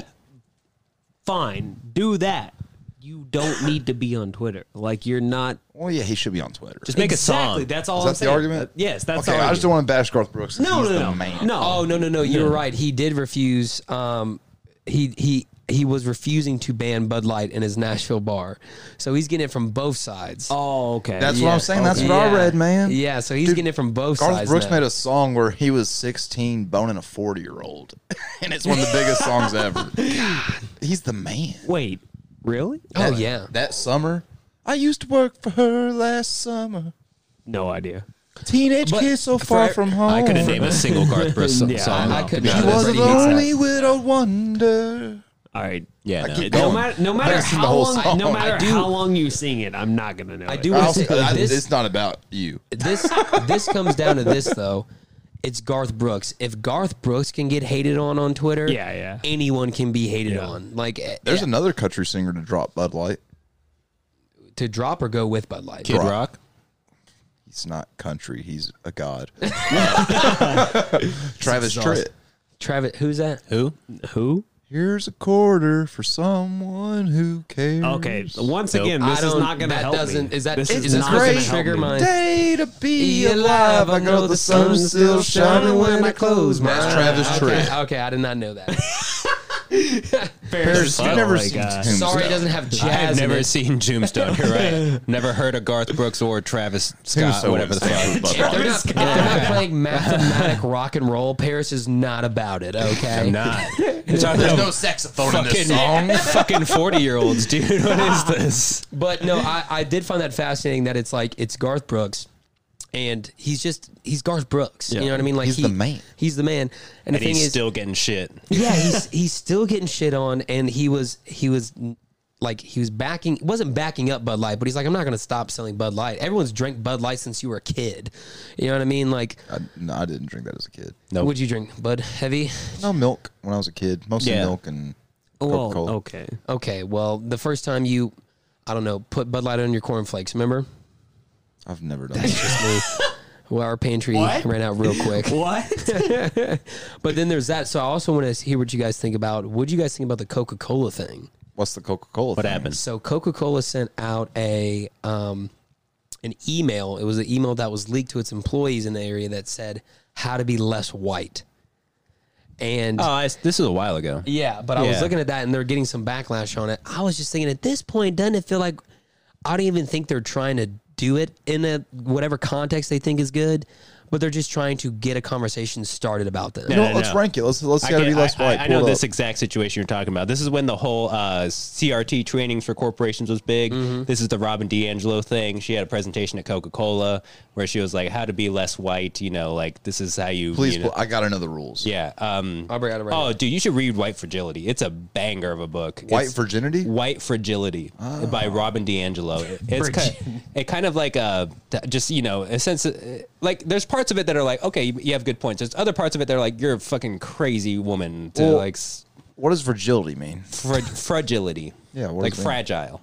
fine, do that. You don't need to be on Twitter. Like you're not.
Well, yeah, he should be on Twitter.
Just make
exactly.
a song.
That's all.
Is
I'm
that the
saying. Uh,
argument?
Yes, that's.
okay,
the
I just
argument.
don't want to bash Garth Brooks. 'cause
No,
he's
no,
the
no,
man.
no.
Oh no no no! You're
No.
right. He did refuse. Um, he he he was refusing to ban Bud Light in his Nashville bar, so he's getting it from both sides.
Oh, okay.
That's what I'm saying. That's
okay.
what I
Yeah.
read, man.
Yeah, so he's getting it from both
Garth
sides
Brooks
now.
made a song where he was 16 boning a 40 year old, and it's one of the biggest songs ever. He's the man.
Wait, really?
Oh yeah.
That summer, I used to work for her last summer.
No idea.
Teenage
But
kid so
for-
far from home.
I couldn't name a single Garth Brooks song.
Yeah,
I
song.
couldn't
to be
either.
She
He
was
honest.
a
Brady hates
lonely widow wonder.
All right.
Yeah, no.
keep
No,
No
going.
matter, no
I
matter
haven't seen the
how
whole
long,
song.
no
I
matter
do-
how long you sing it, I'm not gonna know.
I
it.
do
I
want to
also-
say uh,
I-
this.
it's not about you.
this this comes down to this though. It's Garth Brooks. If Garth Brooks can get hated on on Twitter,
Yeah, yeah.
anyone can be hated
Yeah.
on. Like eh,
There's another country singer to drop Bud Light.
eh, to drop or go with Bud Light.
Kid Rock.
He's not country. He's a god. Travis Tritt.
Travis, who's that?
Who?
Who?
Here's a quarter for someone who cares.
Okay. Once
Nope.
again,
I
this is
don't-
not gonna
that
help
doesn't-
me.
is that-
this
is
is
that
not
gonna
gonna
great
help
trigger
me.
my-
Day to be alive. I know the sun's still shining when I close my eyes. Travis
Okay,
Tritt.
okay, I did not know that.
Paris,
Oh
you've never
my
seen
God.
Tombstone.
Sorry, it doesn't have jazz.
I have
in
never
it.
seen Tombstone. You're right. Never heard of Garth Brooks or Travis Scott,
Tombstone
whatever the
was
fuck.
with Bud
If
Light.
they're, not, if they're not playing mathematic rock and roll, Paris is not about it. Okay,
I'm not. There's no
saxophone
fucking fucking forty year olds, dude. What is this?
but no, I, I did find that fascinating that it's like it's Garth Brooks, and he's just he's Garth Brooks. You know what I mean? Like
He's
he-
the man.
He's the man. And, the
And
thing
he's
is,
still getting shit.
yeah, he's he's still getting shit on, and he was he was like he was backing wasn't backing up Bud Light, but he's like, I'm not gonna stop selling Bud Light. Everyone's drank Bud Light since you were a kid. You know what I mean? Like,
I, no, I didn't drink that as a kid.
Nope.
would you drink Bud Heavy?
No milk when I was a kid. Mostly
Yeah.
milk and
Well,
Coca-Cola.
okay.
Okay, well, the first time you, I don't know, put Bud Light on your cornflakes, remember?
I've never done that.
Well, our pantry ran out real quick.
What?
but then there's that. So I also want to hear what you guys think about. What do you guys think about the Coca Cola thing?
What's the Coca Cola?
What happened?
So Coca Cola sent out a um, an email. It was an email that was leaked to its employees in the area that said how to be less white. And
Oh, I, this is a while ago.
yeah, but I was
Yeah.
looking at that and they're getting some backlash on it. I was just thinking at this point, doesn't it feel like I don't even think they're trying to do it in a whatever context they think is good, but they're just trying to get a conversation started about this.
Yeah.
No,
No, no,
let's
no.
rank it. Let's let's gotta
get-
be less white.
I,
Pull
know
it
this
up.
exact situation you're talking about. This is when the whole uh, CRT trainings for corporations was big. This is the Robin D'Angelo thing. She had a presentation at Coca Cola where she was like, "How to be less white." You know, like this is how you.
Please,
you know-
pull, I gotta know the rules.
yeah. Um,
I'll bring out a right
oh,
now.
dude, you should read White Fragility. It's a banger of a book.
White Ah.
It's-
virginity.
White Fragility by Robin D'Angelo. It- It's kind it kind of like uh th- just you know a sense of, uh, like there's parts of it that are like okay you, you have good points. There's other parts of it that are like you're a fucking crazy woman to
Well-
like s-
What does virginity mean?
fra- fragility.
Yeah, what
like
does that-
fragile.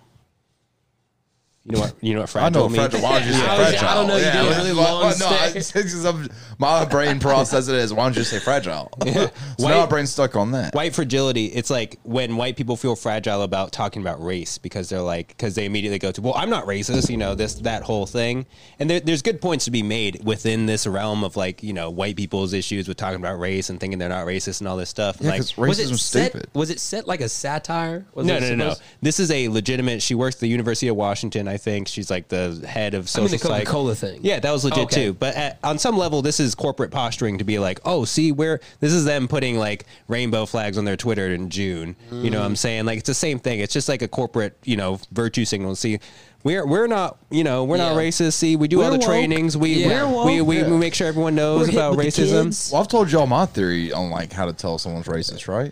You know what? You know what
I
fragile
know
means?
fragile. Why don't you say
I was- I
fragile?
don't know, you
Yeah,
did.
literally, why-
Long
why- no, I-
stick.
since I'm- my brain process it is. Why don't you say fragile? so now my
White-
brain's stuck on that.
White fragility. It's like when white people feel fragile about talking about race because they're like because they immediately go to well I'm not racist you know this that whole thing and there, there's good points to be made within this realm of like you know white people's issues with talking about race and thinking they're not racist and all this stuff
Yeah,
like
'cause
Was it
racism is
set-
stupid.
Was it set like a satire? Was
No,
it
no, no, no.
supposed-
This is a legitimate. She works at the University of Washington, I think. She's like the head of
mean,
social
the
psych.
Coca-Cola thing.
Yeah, that was legit
Okay.
too. But at, on some level, this is corporate posturing to be like, oh, see, we're this is them putting like rainbow flags on their Twitter in June. You know what
Mm.
I'm saying? Like it's the same thing. It's just like a corporate, you know, virtue signal. See, we're we're not, you know, we're not
Yeah.
racist. See, we do all
We're
the
woke.
trainings. We
Yeah.
We're
we, we,
woke.
we make sure everyone knows
We're hip
about
with the
racism.
kids.
Well, I've told y'all my theory on like how to tell someone's racist, right?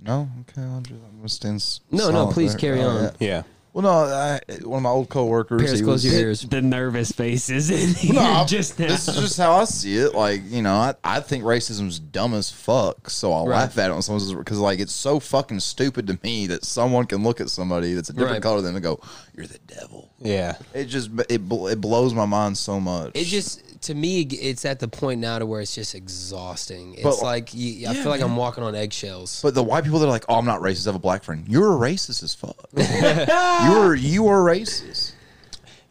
No, okay, I'll just, I'm gonna stand. s-
No, no,
silent
please
there. Oh,
carry on.
Yeah.
Well, no, I, one of my old coworkers.
Paris,
he
close
was-
your ears.
The nervous faces in here
No, I'm-
just now.
this is just how I see it. Like you know, I, I think racism's dumb as fuck, so I laugh at it when someone's because like it's so fucking stupid to me that someone can look at somebody that's a different
Right.
color than them and go, "You're the devil."
Yeah.
It just it bl- it blows my mind so much.
It just to me, it's at the point now to where it's just exhausting. It's
But-
like you, I feel like I'm walking on eggshells.
But the white people that are like, "Oh, I'm not racist. I have a black friend." You're a racist as fuck. you're you are racist.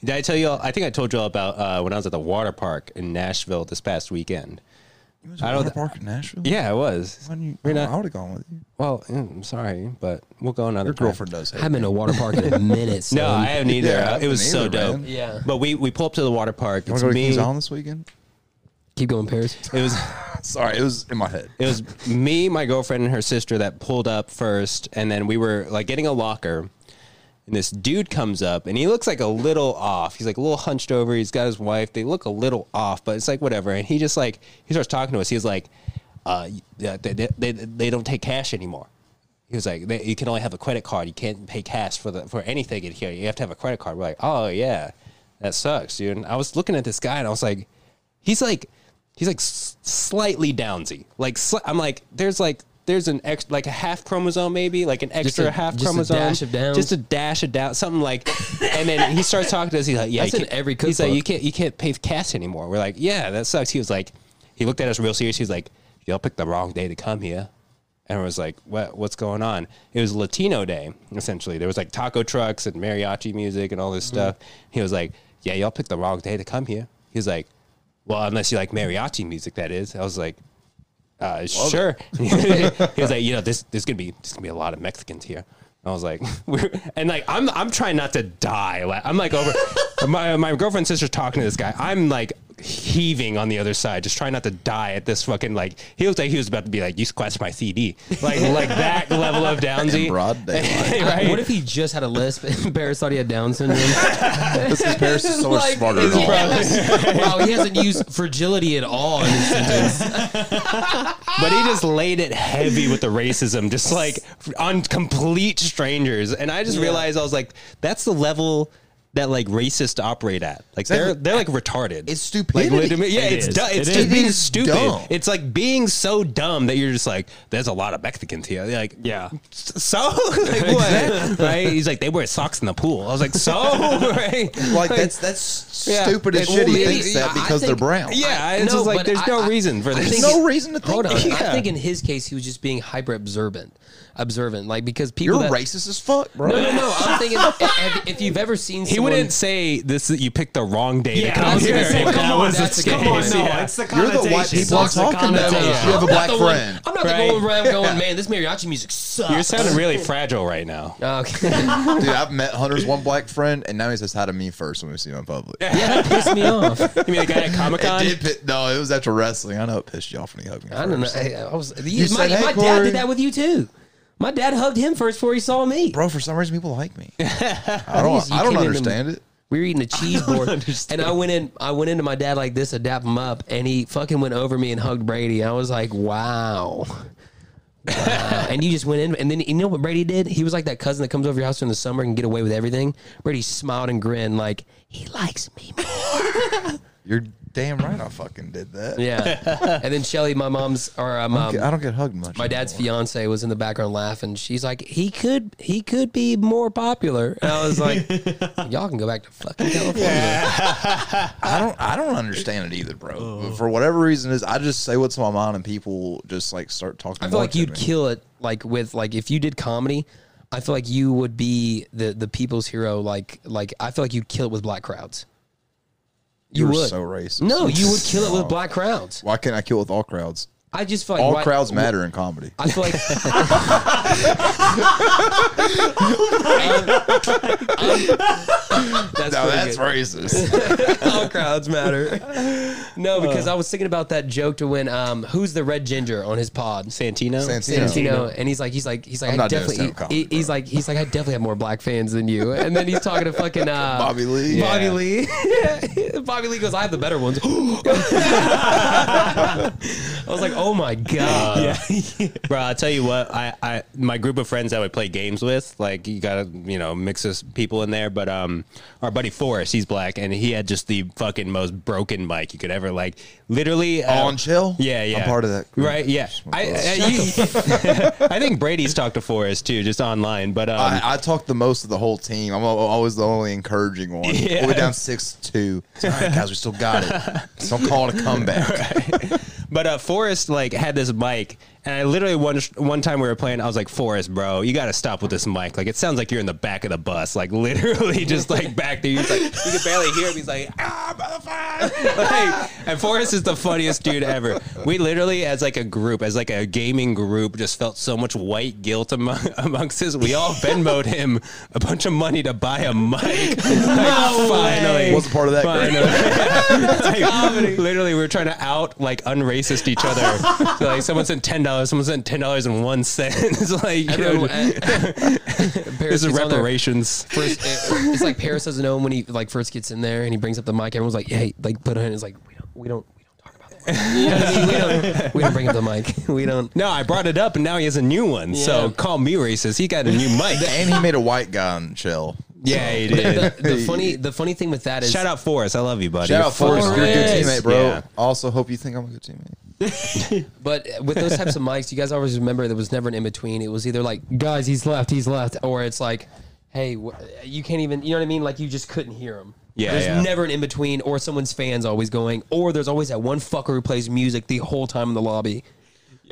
Did I tell you all? I think I told you all about uh, when I was at the water park in Nashville this past weekend.
I
I
don't
don't-
park in Nashville.
Yeah, I was.
Why didn't you- oh,
You're
I
not-
would have gone with you.
well, mm, I'm sorry, but we'll go another
Your
time.
girlfriend does.
I
Hate
haven't been to a water park in a minute.
No,
son.
I haven't either.
Yeah, I
Uh, it was so
haven't either,
dope.
man.
Yeah.
But we, we pull up to the water park.
you want
It's
to go to
me.
Kings
It
Island this weekend?
keep going, Paris.
was
Sorry, it was in my head.
it was me, my girlfriend, and her sister that pulled up first, and then we were like getting a locker. And this dude comes up, and he looks like a little off. He's like a little hunched over. He's got his wife. They look a little off, but it's like whatever. And he just like he starts talking to us. He's like, uh, yeah, they, they, they, they don't take cash anymore. He was like, they, you can only have a credit card. You can't pay cash for the for anything in here. You have to have a credit card. We're like, oh yeah, that sucks, dude. And I was looking at this guy, and I was like, he's like, he's like s- slightly downsy. Like sli- I'm like, there's like. There's an ex, like a half chromosome, maybe like an extra
a-
half
just a
chromosome,
dash of downs?
just a dash of down, something like. And then he starts talking to us. He's like, "Yeah,
That's
you
in
can't-
every
He's like,
cookbook.
"You can't, you can't pay cash anymore." We're like, "Yeah, that sucks." He was like, he looked at us real serious. He's like, "Y'all picked the wrong day to come here." And I was like, "What? What's going on?" It was Latino Day essentially. There was like taco trucks and mariachi music and all this
Mm-hmm.
stuff. He was like, "Yeah, y'all picked the wrong day to come here." He was like, "Well, unless you like mariachi music, that is." I was like, uh, sure. he was like, you know, this there's gonna be there's gonna be a lot of Mexicans here. I was like, we're, and like I'm I'm trying not to die. Like I'm like over my my girlfriend's sister's talking to this guy. I'm like heaving on the other side, just trying not to die at this fucking like. He looked like he was about to be like, you scratched my CD, like like that level of downsy.
In broad daylight.
Right?
What if he just had a lisp and Paris thought he had Down syndrome?
this is Paris is so much
Like,
smarter
is
than
he
all. of us.
probably- wow, he hasn't used fragility at all in his sentence.
but he just laid it heavy with the racism, just like on complete strangers. And I just realized I was like, that's the level that like racists operate at. Like they're
Exactly.
they're like
It's
retarded. Like,
stupidity.
legitimately- yeah,
It
it's
is.
du- it's
It
just
is.
being
It is
stupid.
dumb.
It's like being so dumb that you're just like, there's a lot of Mexicans here. They're like,
Yeah.
so like what? right? He's like, they wear socks in the pool. I was like, so right?
Like that's that's
Yeah.
stupid as
Well,
shit. He
maybe-
thinks that
I- I
because they're
think-
brown.
yeah.
I-
It's
no,
just like
but
there's
I-
no
I-
reason for
I
this.
think
There's no
it-
reason to think.
Hold on.
that.
I think in his case he was just being hyper observant, observant, like because people
You're
that,
racist as fuck, bro.
No, no, no. I'm thinking if, if you've ever seen
He
someone,
wouldn't say this. You picked the wrong day
Yeah,
to come
I was
here.
gonna say,
That
come on,
was the
that's a
case.
good point.
No,
Yeah.
it's the
You're the white
connotation.
people I'm
It's the
talking about. You
connotation.
have a black
the one-
friend.
I'm not the
Right.
going around going, man, this mariachi music sucks. Oh,
You're sounding really fragile right now.
okay.
Dude, I've met Hunter's one black friend, and now he says hi to me first when we see him in public.
yeah, that pissed me off.
You mean the guy at Comic Con?
It did pi- no, it was after wrestling. I know it pissed you off when he hugged me.
I
first.
don't know. I, I was,
You
my
said, "Hey,
my dad
Corey."
did that with you too. My dad hugged him first before he saw me.
Bro, for some reason, people like me. I don't.
You
I don't
came in and-
understand it.
We were eating a cheese board, and I went in. I went into my dad like this to dap him up, and he fucking went over me and hugged Brady. I was like, wow. Wow. and you just went in, and then you know what Brady did? He was like that cousin that comes over your house during the summer and can get away with everything. Brady smiled and grinned, like he likes me more.
You're damn right. I fucking did that.
Yeah. and then Shelly, my mom's or uh,
I
mom,
don't get- I don't get hugged much.
my dad's
anymore.
fiance was in the background laughing. She's like, he could he could be more popular. And I was like, y'all can go back to fucking California.
I don't. I don't understand it either, bro. But for whatever reason, is I just say what's on my mind, and people just like start talking.
I feel
more
like
to
you'd
me.
kill it like with like if you did comedy. I feel like you would be the the people's hero. Like like I feel like you'd kill it with black crowds. You
You're
would.
so racist.
No, you would kill it with black crowds.
Why can't I kill with all crowds?
I just feel like
All
why-
crowds matter in comedy.
I feel like that's
No,
pretty
that's
good.
racist.
All crowds matter. No,
Uh.
because I was thinking about that joke to when um, who's the red ginger on his pod?
Santino.
Santino.
Santino, and he's like, he's like, he's like,
I'm
I
not doing
definitely,
stand-up comedy,
he- he's
bro.
like, he's like, I definitely have more black fans than you. And then he's talking to fucking uh,
Bobby Lee.
Bobby
Yeah.
Lee. Bobby Lee goes, I have the better ones. I was like, oh my god.
Bro, I'll tell you what, I, I my group of friends I would play games with, like you gotta, you know, mix us people in there. But um our buddy Forrest, he's black and he had just the fucking most broken mic you could ever like literally uh,
On chill?
Yeah,
I'm
yeah.
part of that group.
Right, yeah. I
uh,
I, you- I think Brady's talked to Forrest too, just online. But um
I, I talk the most of the whole team. I'm al- always the only encouraging one.
Yeah.
We're down six two. All right, guys, we still got it. So I'm calling a comeback.
But uh, Forrest like had this mic, and I literally one one time we were playing, I was like, Forrest, bro, you got to stop with this mic. Like it sounds like you're in the back of the bus, like literally just like back there. He's like, you can barely hear him. He's like, ah, motherfucker. Like, and Forrest is the funniest dude ever. We literally, as like a group, as like a gaming group, just felt so much white guilt among, amongst us. We all Venmoed him a bunch of money to buy a mic. Like, finally,
Wasn't part of that group.
Finally. Like, Literally, we were trying to out like unracist each other. so, like someone sent ten dollars, someone sent ten dollars and one cent. it's like you know,
Everyone- Paris
this is
gets on there.
reparations.
First, it's like Paris doesn't know him when he like first gets in there and he brings up the mic. Everyone's like, "Hey, like put it in." It's like we don't, we don't, we don't talk about that. mic." You know what I mean? We don't, we don't bring up the mic. We don't.
No, I brought it up, and now he has a new one. So
Yeah.
call me racist. He got a new mic.
and he made a white guy on chill.
yeah, he
The,
did.
the funny, the funny thing with that is,
Shout out Forrest. I love you, buddy.
Shout out Forrest, you're a good
Forrest.
teammate, bro.
Yeah.
Also, hope you think I'm a good teammate.
But with those types of mics, you guys always remember there was never an in between. It was either like, guys, he's left, he's left, or it's like, hey, wh- you can't even, you know what I mean? Like you just couldn't hear him.
Yeah,
there's
yeah.
never an in between, or someone's fans always going, or there's always that one fucker who plays music the whole time in the lobby.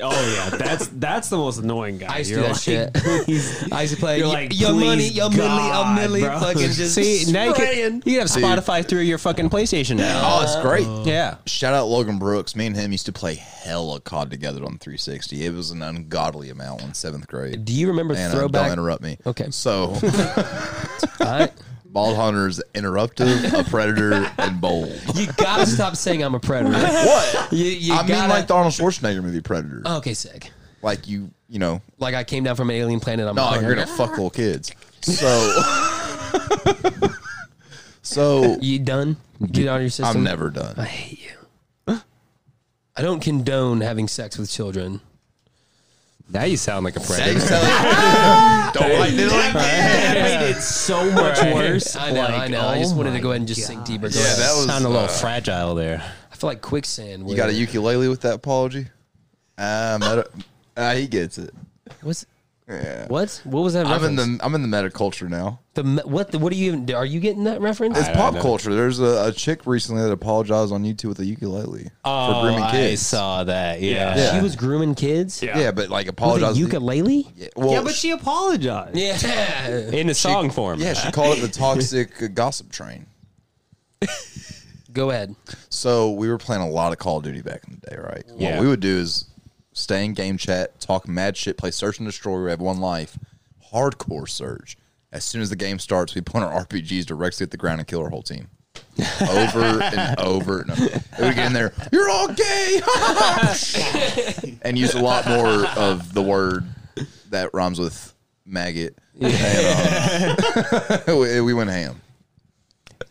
Oh yeah, that's that's the most annoying guy.
I used to do
You're
that shit.
like, please.
I used to play
You're
y-
like,
your money,
"Please,
your milli,
God,
a milli,
bro."
fucking just
See, now you
spraying.
can, you can have Spotify through your fucking PlayStation now.
Oh, it's great.
yeah.
Shout out Logan Brooks. Me and him used to play hella COD together on 360. It was an ungodly amount in seventh grade.
Do you remember
And uh,
throwback?
don't interrupt me.
Okay.
So,
I-
Bald Hunter's interruptive, a predator, and bold.
you gotta stop saying I'm a predator.
What?
You, you
I
gotta,
mean, like the Arnold Schwarzenegger movie Predator.
okay, sick.
like you, you know,
Like I came down from an alien planet. I'm
no,
like,
you're gonna fuck little kids. So, so
You done? Get out of your system.
I'm never done.
I hate you. I don't condone having sex with children.
Now you sound like a
Don't
predator.
like it like that.
That made it so much worse.
I know, I know. I just wanted to go ahead and just sink deeper. Go ahead.
that was
Sound a little
uh,
fragile there.
I feel like quicksand.
You
where-
got a ukulele with that apology? Uh, meta- uh, he gets it.
What's,
Yeah.
what? What was that
I'm in
reference?
the I'm in the meta culture now.
the, me- what? The, what are you even? Are you getting that reference?
It's
I
pop
know.
culture. There's a, a chick recently that apologized on YouTube with a ukulele for grooming
I
kids.
saw that. Yeah.
Yeah.
She was grooming kids.
Yeah. but like
With a
apologized.
ukulele.
Yeah, well,
yeah, but she apologized.
Yeah.
In a song form.
yeah, she called it the toxic uh, gossip train.
Go ahead.
So we were playing a lot of Call of Duty back in the day, right?
Yeah.
What we would do is stay in game chat, talk mad shit, play search and destroy. We have one life, hardcore search. As soon as the game starts, we point our RPGs directly at the ground and kill our whole team. over and over and over. It would get in there, you're all gay! and use a lot more of the word that rhymes with maggot. And, um, we, we went ham.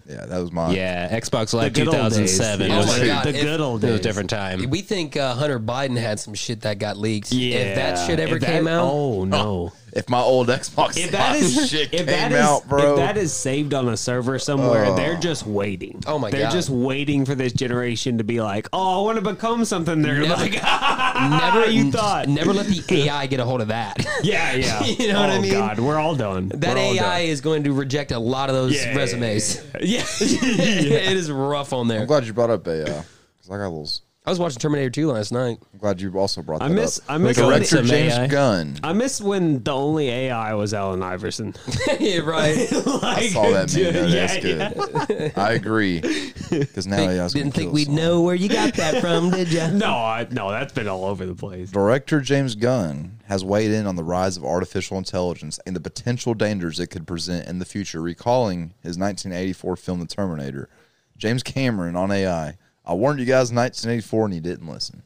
Yeah, that was my.
Yeah, Xbox Live
good old days.
2007.
Yeah.
It was,
Oh my
it
God,
The
if-
good old
was
days.
a different
Mm.
time.
We think uh, Hunter Biden had some shit that got leaked. If that shit ever
If that-
came out,
oh no.
If my old Xbox
If that is
shit came
if that is
out, bro,
if that is saved on a server somewhere, they're just waiting.
Oh my
they're
God.
They're just waiting for this generation to be like, oh, I want to become something. They're
Never-
like, never Oh, you thought.
Never let the AI get a hold of that.
Yeah, yeah.
You know what
Oh,
I mean?
God, we're all done.
That
We're all done.
AI is going to reject a lot of those
Yeah,
resumes.
Yeah.
it is rough on there.
I'm glad you brought up AI because I got a little. s-
I was watching Terminator 2 last night.
I'm glad you also brought.
I
That
miss-
Up.
I miss
director
some
James
AI.
Gunn.
I miss when the only AI was Alan Iverson.
yeah, right.
like,
I saw that meme. though.
yeah,
That's
yeah.
good. I agree. Because now AI's gonna
Didn't think
kill us
we'd
all.
know where you got that from, did you?
No, I, no, that's been all over the place.
Director James Gunn has weighed in on the rise of artificial intelligence and the potential dangers it could present in the future, recalling his 1984 film The Terminator. James Cameron on AI. I warned you guys in 1984 and you didn't listen.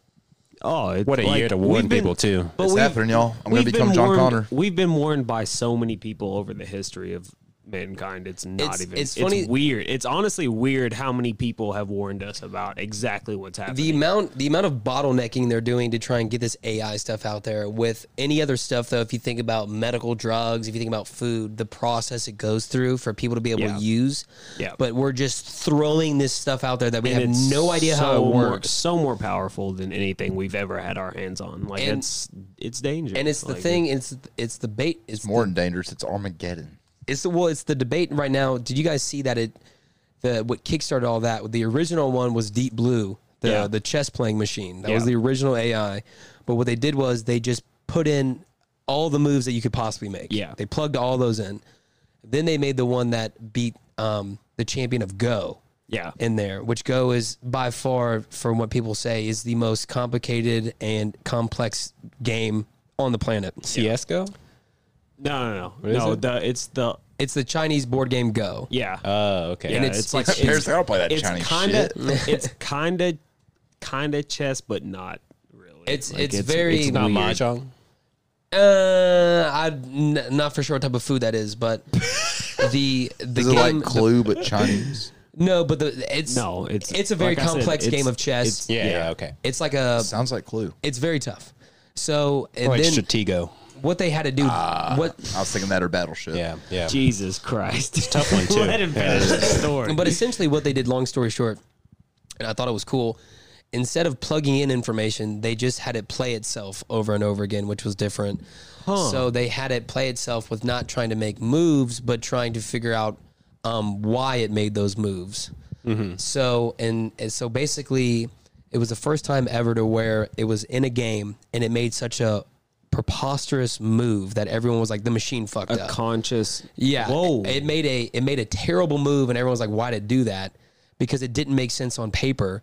Oh, it's
What a
like,
year to
we've
warn
been-
people, too.
But
It's
we've-
happening, y'all. I'm gonna
we've
become
been
John
warned,
Connor.
We've been warned by so many people over the history of mankind. It's not
It's-
even.
it's funny-
weird. It's honestly weird how many people have warned us about exactly what's happening.
The amount the amount of bottlenecking they're doing to try and get this AI stuff out there with any other stuff though, if you think about medical drugs, if you think about food, the process it goes through for people to be able
Yeah.
to use.
Yeah.
But we're just throwing this stuff out there that we
And
have
it's
no idea how
so
it
more-
works.
so more powerful than anything we've ever had our hands on. Like
And-
it's it's dangerous.
And it's the
Like,
thing, it's it's the bait it's
More than dangerous, it's Armageddon.
it's the well, it's the debate right now. Did you guys see that it the what kickstarted all that? The original one was Deep Blue, the
Yeah.
the chess playing machine. That was
Yeah.
the original AI. But what they did was they just put in all the moves that you could possibly make.
Yeah.
they plugged all those in. Then they made the one that beat um, the champion of Go
Yeah.
in there, which Go is by far, from what people say, is the most complicated and complex game on the planet.
CS:GO.
No, no, no,
is
no.
it?
The it's the
It's the Chinese board game Go.
yeah.
Oh, okay.
Uh,
yeah,
and it's-
like
it's-
Parents, like, I don't play that
it's
Chinese
kinda,
shit.
It's kinda, kinda chess, but not really.
It's
Like,
it's, very
It's not
weird.
mahjong.
Uh, I'm n- not for sure what type of food that is, but the the
Is it
game
like Clue but Chinese?
no, but the, it's
No, it's-
it's a very
like I said,
complex
it's-
game of
it's-
chess.
Yeah,
Yeah.
yeah, okay.
It's like a
Sounds like Clue.
it's very tough. So and
Like
then
Stratego.
what they had to do what
I was thinking that or Battleship.
Yeah, yeah.
Jesus Christ. It's a tough
one, too.
Let him finish the story.
but essentially what they did long story short and I thought it was cool instead of plugging in information they just had it play itself over and over again which was different so they had it play itself with not trying to make moves but trying to figure out um, why it made those moves
Mm-hmm.
so and, and so basically it was the first time ever to where it was in a game and it made such a preposterous move that everyone was like the machine fucked
a
up
conscious.
yeah.
Whoa.
It made a it made a terrible move and everyone's like, why did it do that? Because it didn't make sense on paper,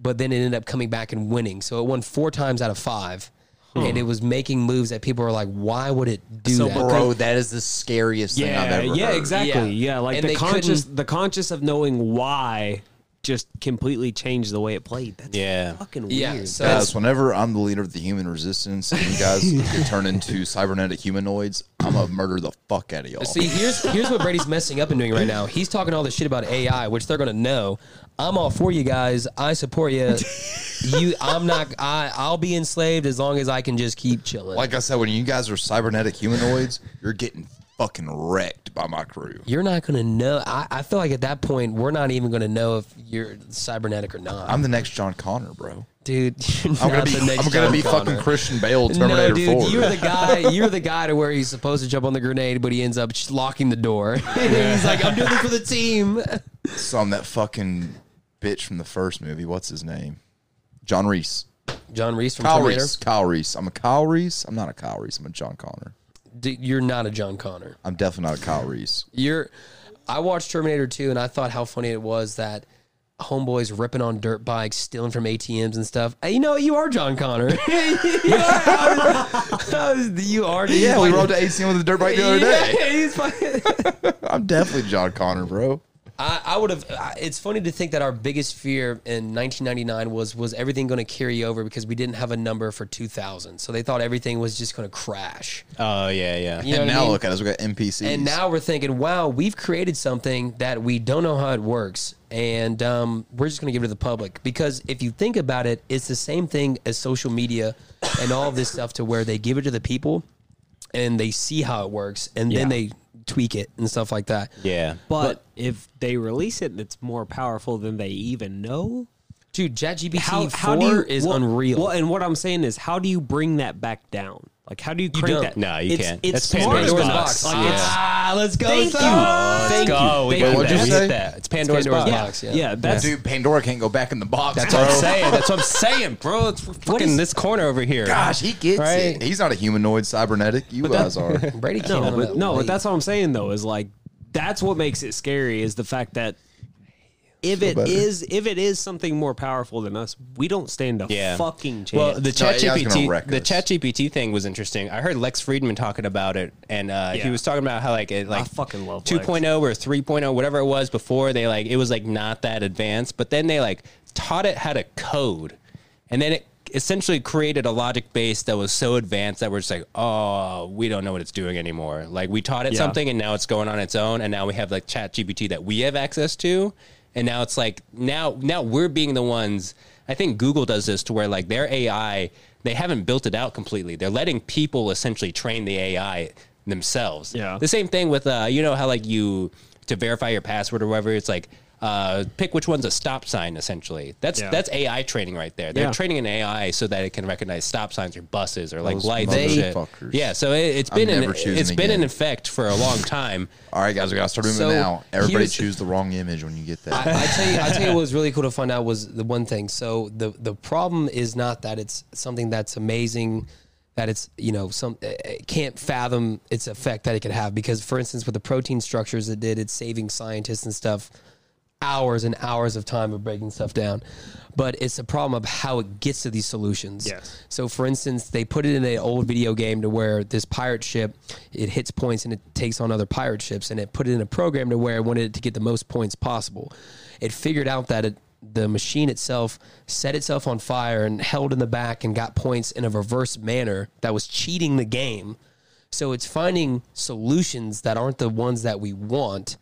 but then it ended up coming back and winning. So it won four times out of five. And it was making moves that people were like, why would it do
So
that?
Bro, that is the scariest thing I've
yeah,
ever
yeah,
heard.
exactly.
Yeah.
Yeah, like
And
the
they
conscious,
couldn't-
the conscious of knowing why, just completely changed the way it played. That's
Yeah.
fucking weird.
Yeah. So
Guys, whenever I'm the leader of the human resistance and you guys can turn into cybernetic humanoids, I'm gonna murder the fuck out of y'all.
See, here's here's what Brady's messing up and doing right now. He's talking all this shit about AI, which they're gonna know. I'm all for you guys. I support you. you, I'm not. I I'll be enslaved as long as I can just keep chilling.
like I said, when you guys are cybernetic humanoids, you're getting fucking wrecked by my crew.
you're not gonna know. I, I feel like at that point, we're not even gonna know if you're cybernetic or not,
I'm the next John Connor, bro.
dude. You're
I'm gonna
not
be,
the next
I'm gonna
John
be
Connor.
fucking Christian Bale, Terminator
No, dude,
4.
you're the guy. You're the guy to where he's supposed to jump on the grenade, but he ends up just locking the door. he's like, "I'm doing this for the team."
Some that fucking bitch from the first movie. What's his name? John Reese.
John Reese from
Kyle
Terminator.
Reese. Kyle Reese. I'm a Kyle Reese. I'm not a Kyle Reese. I'm a John Connor.
Dude, you're not a John Connor.
I'm definitely not a Kyle Reese.
You're. I watched Terminator 2 and I thought how funny it was that homeboys ripping on dirt bikes, stealing from ATMs and stuff. Hey, you know, you are John Connor. you are. you are.
Yeah, we rode to ACM with a dirt bike the other day.
Yeah, he's fucking-
I'm definitely John Connor, bro.
I, I would have. It's funny to think that our biggest fear in 1999 was was everything going to carry over because we didn't have a number for 2000, so they thought everything was just going to crash.
Oh, yeah, yeah.
You know
and
what I
now
mean?
look at us. We got NPCs.
And now we're thinking, wow, we've created something that we don't know how it works, and um, we're just going to give it to the public because if you think about it, it's the same thing as social media and all of this stuff to where they give it to the people, and they see how it works and then
Yeah.
they tweak it and stuff like that.
Yeah.
But if they release it, that's more powerful than they even know.
Dude, ChatGPT
How
four
how do you
is
well-
unreal.
Well, and what I'm saying is, how do you bring that back down? Like, how do you crank
don't.
that?
No, you
it's,
can't.
It's
That's
smart
Pandora's
as
box.
Like,
Yeah.
it's-
ah, let's go.
Thank
son.
you. Thank you. Thank
got
you.
What'd
that.
you
We
say?
hit that. It's Pandora's,
Pandora's
box.
box.
Yeah,
Yeah.
yeah, that's
Dude, Pandora can't go back in the box.
That's
bro.
what I'm saying. That's what I'm saying, bro. It's fucking
is-
this corner over here.
Gosh, he gets
Right.
it. He's not a humanoid cybernetic. You guys are.
Brady came
no,
on
but
that
no,
late.
but that's what I'm saying though is like that's what makes it scary is the fact that if it is
better.
if it is something more powerful than us, we don't stand a
Yeah.
fucking chance.
Well, the
No,
chat
yeah, it's gonna
GPT,
wreck
the
us.
chat GPT thing was interesting. I heard Lex Friedman talking about it, and uh,
Yeah.
he was talking about how like it, like
fucking love Lex.
2.0 or 3.0, whatever it was before. They like it was like not that advanced, but then they like taught it how to code, and then it essentially created a logic base that was so advanced that we're just like, oh, we don't know what it's doing anymore. Like we taught it
Yeah.
something, and now it's going on its own, and now we have like Chat GPT that we have access to, and now it's like now now we're being the ones. I think Google does this to where like their AI, they haven't built it out completely. They're letting people essentially train the AI themselves.
Yeah.
The same thing with uh, you know how like you to verify your password or whatever. It's like uh, pick which one's a stop sign essentially. That's
Yeah.
that's AI training right there. They're
Yeah.
training an AI so that it can recognize stop signs or buses or like
Those
lights. and shit.
motherfuckers.
Yeah. So it, it's
I'm
been an,
never choosing
it's been
again.
in effect for a long time.
All right, guys, we gotta start moving
So,
now. Everybody
here's-
choose the wrong image when you get that.
I, I tell you, I tell you, what was really cool to find out was the one thing. So the the problem is not that it's something that's amazing, that it's you know some it can't fathom its effect that it could have because, for instance, with the protein structures it did, it's saving scientists and stuff hours and hours of time of breaking stuff down. But it's a problem of how it gets to these solutions.
Yes.
So, for instance, they put it in an old video game to where this pirate ship it hits points and it takes on other pirate ships, and it put it in a program to where it wanted it to get the most points possible. It figured out that it, the machine itself set itself on fire and held in the back and got points in a reverse manner that was cheating the game. So it's finding solutions that aren't the ones that we want,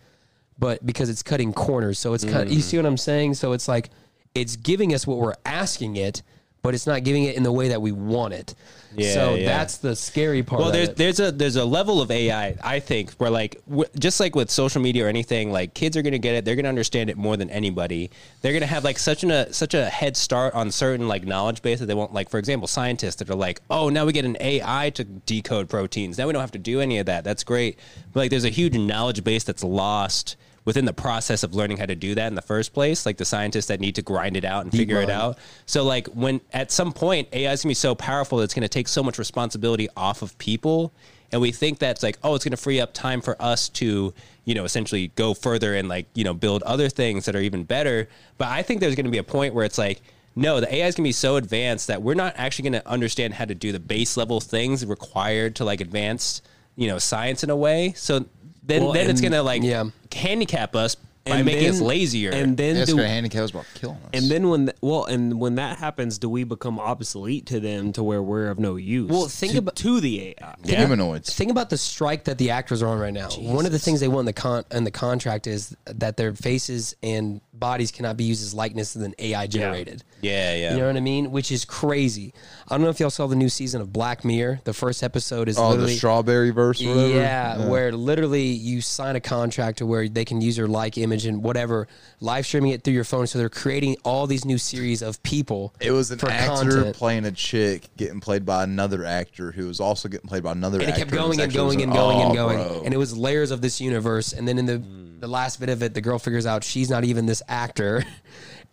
but because it's cutting corners. So it's kind of,
Mm.
you see what I'm saying? So it's like, it's giving us what we're asking it, but it's not giving it in the way that we want it.
Yeah,
so
yeah.
that's the scary part.
Well,
of
there's
it.
there's a there's a level of AI I think where like w- just like with social media or anything, like kids are gonna get it. They're gonna understand it more than anybody. They're gonna have like such an a such a head start on certain like knowledge base that they won't like. For example, scientists that are like, oh, now we get an AI to decode proteins. Now we don't have to do any of that. That's great. But like, there's a huge knowledge base that's lost. Within the process of learning how to do that in the first place, like the scientists that need to grind it out and figure it
mind.
out, so like when at some point AI is gonna be so powerful, it's gonna take so much responsibility off of people, and we think that's like oh, it's gonna free up time for us to you know essentially go further and like you know build other things that are even better. But I think there's gonna be a point where it's like no, the AI is gonna be so advanced that we're not actually gonna understand how to do the base level things required to like advance you know science in a way. So then
Well,
then it's
and-
gonna like
yeah.
handicap us by
And
making us
then-
lazier.
And then
That's
do,
gonna handicap us about killing us.
and then when th- well and when that happens, do we become obsolete to them to where we're of no use?
Well, think
to,
about-
to the AI.
humanoids.
Think about the strike that the actors are on right now. One of the things they want in the con in the contract is that their faces and bodies cannot be used as likeness than AI generated.
yeah, yeah.
You know what I mean? Which is crazy. I don't know if y'all saw the new season of Black Mirror. The first episode is
oh, the
literally
strawberry verse. Or whatever.
yeah, where literally you sign a contract to where they can use your like image and whatever, live streaming it through your phone. So they're creating all these new series of people.
It was an
for
actor
content.
playing a chick getting played by another actor who was also getting played by another
and it
actor.
kept going
was
and
actually-
going and
oh,
going and going,
bro.
and it was layers of this universe. And then in the the last bit of it, the girl figures out she's not even this actor.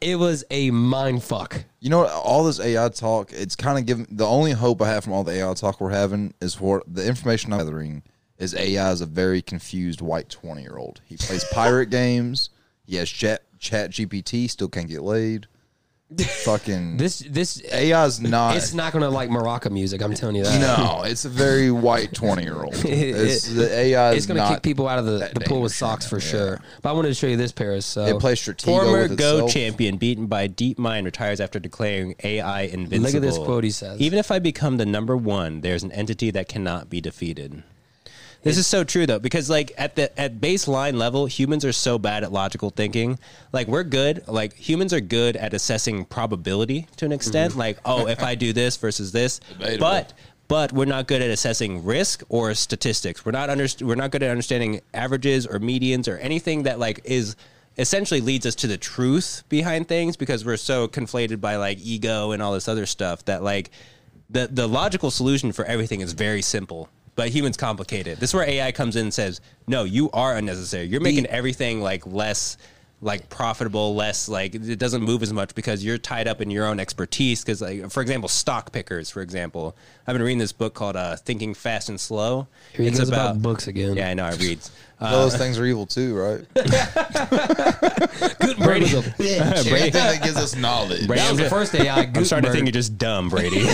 It was a mind fuck.
you know, all this AI talk, it's kind of giving the only hope I have from all the AI talk we're having is for the information I'm gathering is AI is a very confused white 20 year old. He plays pirate games. He has chat, chat GPT, still can't get laid. Fucking.
This this
AI's not.
it's not gonna like maraca music. I'm telling you that.
No, it's a very white 20 year old. It's the AI
It's gonna
not,
kick people out of the,
that
the pool with
dangerous
socks for
right now,
sure. But I wanted to show you this Paris. So
It plays Stratego
Former
with
Go
itself.
champion beaten by DeepMind retires after declaring AI invincible.
Look at this quote he says.
Even if I become the number one, there's an entity that cannot be defeated. This is so true though, because like at the at baseline level, humans are so bad at logical thinking. Like we're good, like humans are good at assessing probability to an extent. Like, oh, if I do this versus this, but but we're not good at assessing risk or statistics. We're not underst- we're not good at understanding averages or medians or anything that like is essentially leads us to the truth behind things because we're so conflated by like ego and all this other stuff that like the the logical solution for everything is very simple. But humans complicate it. This is where AI comes in and says, "No, you are unnecessary. You're making everything like less like profitable, less like it doesn't move as much because you're tied up in your own expertise. Because like for example, stock pickers. For example, I've been reading this book called uh, Thinking Fast and Slow.
Here he goes about books again.
Yeah, I know. I read. Uh,
Those things are evil too, right?
Gutenberg was a bitch.
Anything that gives us knowledge.
That was the first AI. Gutenberg.
I'm starting to think you're just dumb, Brady.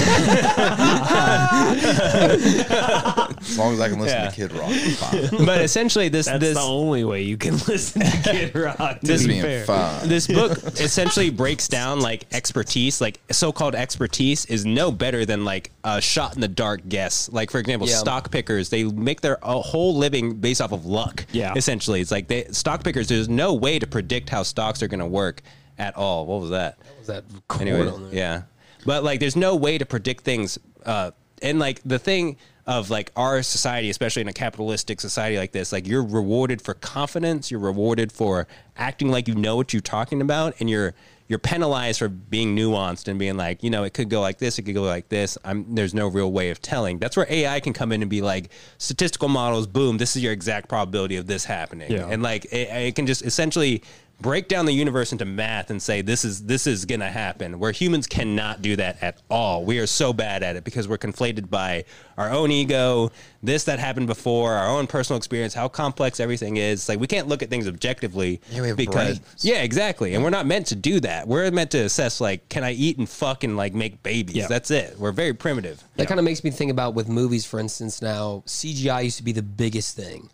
As long as I can listen
Yeah.
to Kid Rock, I'm fine.
but essentially, this
That's
this
the only way you can listen to Kid Rock. To
This
be
being
fair.
fine.
this book essentially breaks down like expertise like so-called expertise is no better than like a shot in the dark guess like for example
Yeah.
stock pickers they make their a whole living based off of luck
Yeah.
essentially it's like they stock pickers there's no way to predict how stocks are going to work at all what was that
Was that cord
anyway,
on there?
yeah. But like, there's no way to predict things. Uh, and like the thing of like our society, especially in a capitalistic society like this, like you're rewarded for confidence, you're rewarded for acting like you know what you're talking about, and you're you're penalized for being nuanced and being like, you know, it could go like this, it could go like this. I'm there's no real way of telling. That's where AI can come in and be like statistical models. Boom, this is your exact probability of this happening,
Yeah.
and like it, it can just essentially break down the universe into math and say this is this is going to happen where humans cannot do that at all we are so bad at it because we're conflated by our own ego this that happened before our own personal experience how complex everything is like we can't look at things objectively
Yeah, we have
because
brains.
yeah exactly and we're not meant to do that we're meant to assess like can i eat and fuck and like make babies
Yeah.
that's it we're very primitive
That kind of makes me think about with movies, for instance. Now CGI used to be the biggest thing,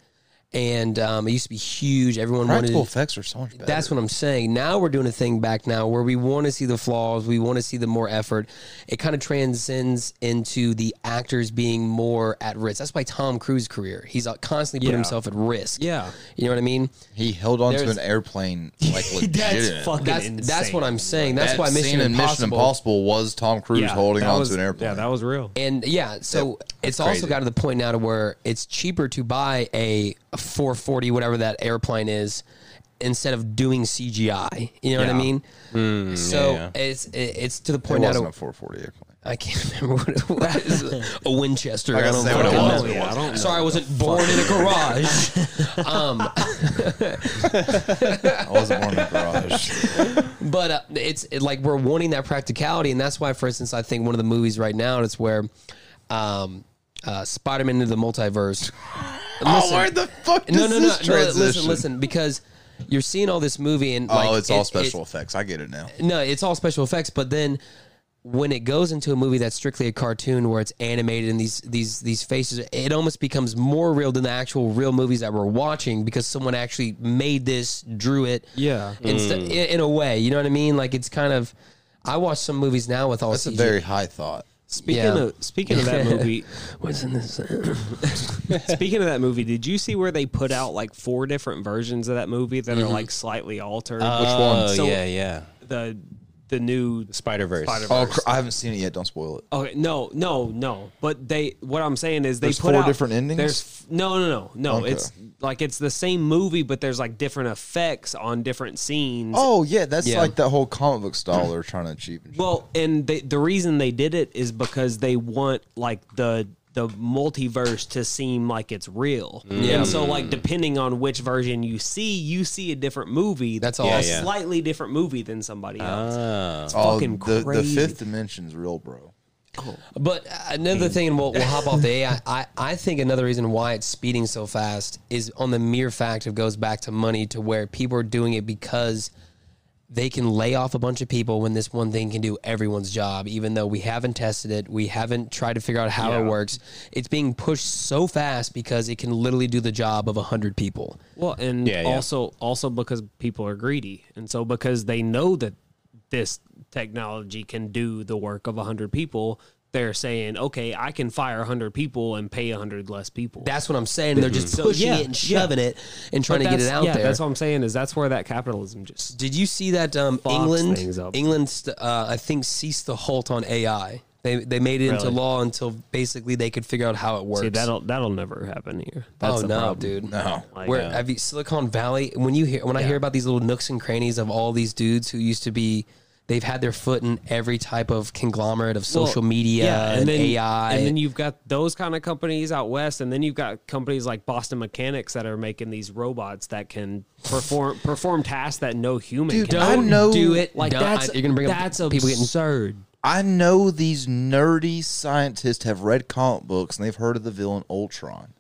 and um, it used to be huge. Everyone
Practical
wanted.
effects are so much better.
That's what I'm saying. Now we're doing a thing back now where we want to see the flaws, we want to see the more effort. It kind of transcends into the actors being more at risk. That's why Tom Cruise's career. He's uh, constantly put
Yeah.
himself at risk.
Yeah.
You know what I mean?
he held on to
There's-
an airplane like legit.
That's fucking
That's
insane.
that's what I'm saying. That's
That
why
scene
Mission
in Mission Impossible was Tom Cruise holding
that
on
was-
to an airplane.
Yeah, that was real.
And yeah, so it's also
crazy.
got to the point now to where it's cheaper to buy a 440 whatever that airplane is instead of doing CGI. You know what I
Yeah.
mean?
Mm,
so
yeah,
it's it, it's to the
it
point now
wasn't
to
a 440 airplane.
I can't remember what it was. a Winchester.
Like I said,
know
what it
I
was,
don't
it
know.
wasn't.
I don't know. Sorry, I wasn't born in a garage.
I
um,
wasn't born in a garage.
but uh, it's it, like we're wanting that practicality, and that's why, for instance, I think one of the movies right now it's where um, uh, Spider-Man into the multiverse.
oh, where the fuck does
no, no, no,
this
no,
transition?
Listen, listen, because you're seeing all this movie and
Oh,
like,
it's all
it-
special
it-
effects. I get it now.
no, it's all special effects. But then when it goes into a movie that's strictly a cartoon where it's animated and these these these faces, it almost becomes more real than the actual real movies that we're watching because someone actually made this, drew it.
Yeah.
Insta-
Hmm.
in, in a way, you know what I mean? Like it's kind of. I watch some movies now with all
That's a
CG.
very high thought.
Speaking
Yeah.
of speaking of that movie,
What's in this?
speaking of that movie, did you see where they put out like four different versions of that movie that
Mm-hmm.
are like slightly altered?
Uh,
oh
So
yeah yeah
the the new
spider-verse
Spider-Verse.
Oh, cr- I haven't seen it yet. Don't spoil it.
Okay, no, no, no. But they, what I'm saying is, they
There's
put
four
out-
different endings?
There's f- no, no, no, no.
Okay.
It's like it's the same movie, but there's like different effects on different scenes.
Oh yeah, that's
Yeah.
like that whole comic book style they're trying to achieve. and shit.
well, and they, the reason they did it is because they want like the the multiverse to seem like it's real.
Mm. Yeah.
And so, like depending on which version you see, you see a different movie.
That's all.
A
Yeah, Ah.
yeah.
slightly different movie than somebody else. it's
Oh,
fucking
the, the
crazy.
fifth dimension's real, bro.
But uh, another thing, and we'll, we'll hop off the AI. I, I think another reason why it's speeding so fast is on the mere fact of goes back to money, to where people are doing it because they can lay off a bunch of people when this one thing can do everyone's job. Even though we haven't tested it, we haven't tried to figure out how it
Yeah.
works. It's being pushed so fast because it can literally do the job of hundred people.
Well, and
Yeah, yeah.
also also because people are greedy, and so because they know that this technology can do the work of hundred people, they're saying, okay, I can fire hundred people and pay hundred less people.
That's what I'm saying. They're just
So,
pushing
yeah,
it and shoving
yeah.
it and
But
trying to get
that's-
it out
yeah,
there.
That's what I'm saying is that's where that capitalism just
Did you see that um,
Fox
England?
things up.
England, st- uh, I think, ceased the halt on AI. They they made it into
Really?
law until basically they could figure out how it works.
See, that'll that'll never happen here.
oh
That's the
no,
problem.
dude.
No.
Like,
Where
uh,
have you Silicon Valley? When you hear when I hear about these little nooks and crannies of all these dudes who used to be, they've had their foot in every type of conglomerate of social
Well,
media and,
then,
AI.
and then you've got those kind of companies out west, and then you've got companies like Boston Mechanics that are making these robots that can perform perform tasks that no human
Dude,
can.
I
do.
know-
do it. Like
Don't-
that's
I- you're gonna bring up
that's
people getting-
absurd.
I know these nerdy scientists have read comic books and they've heard of the villain Ultron.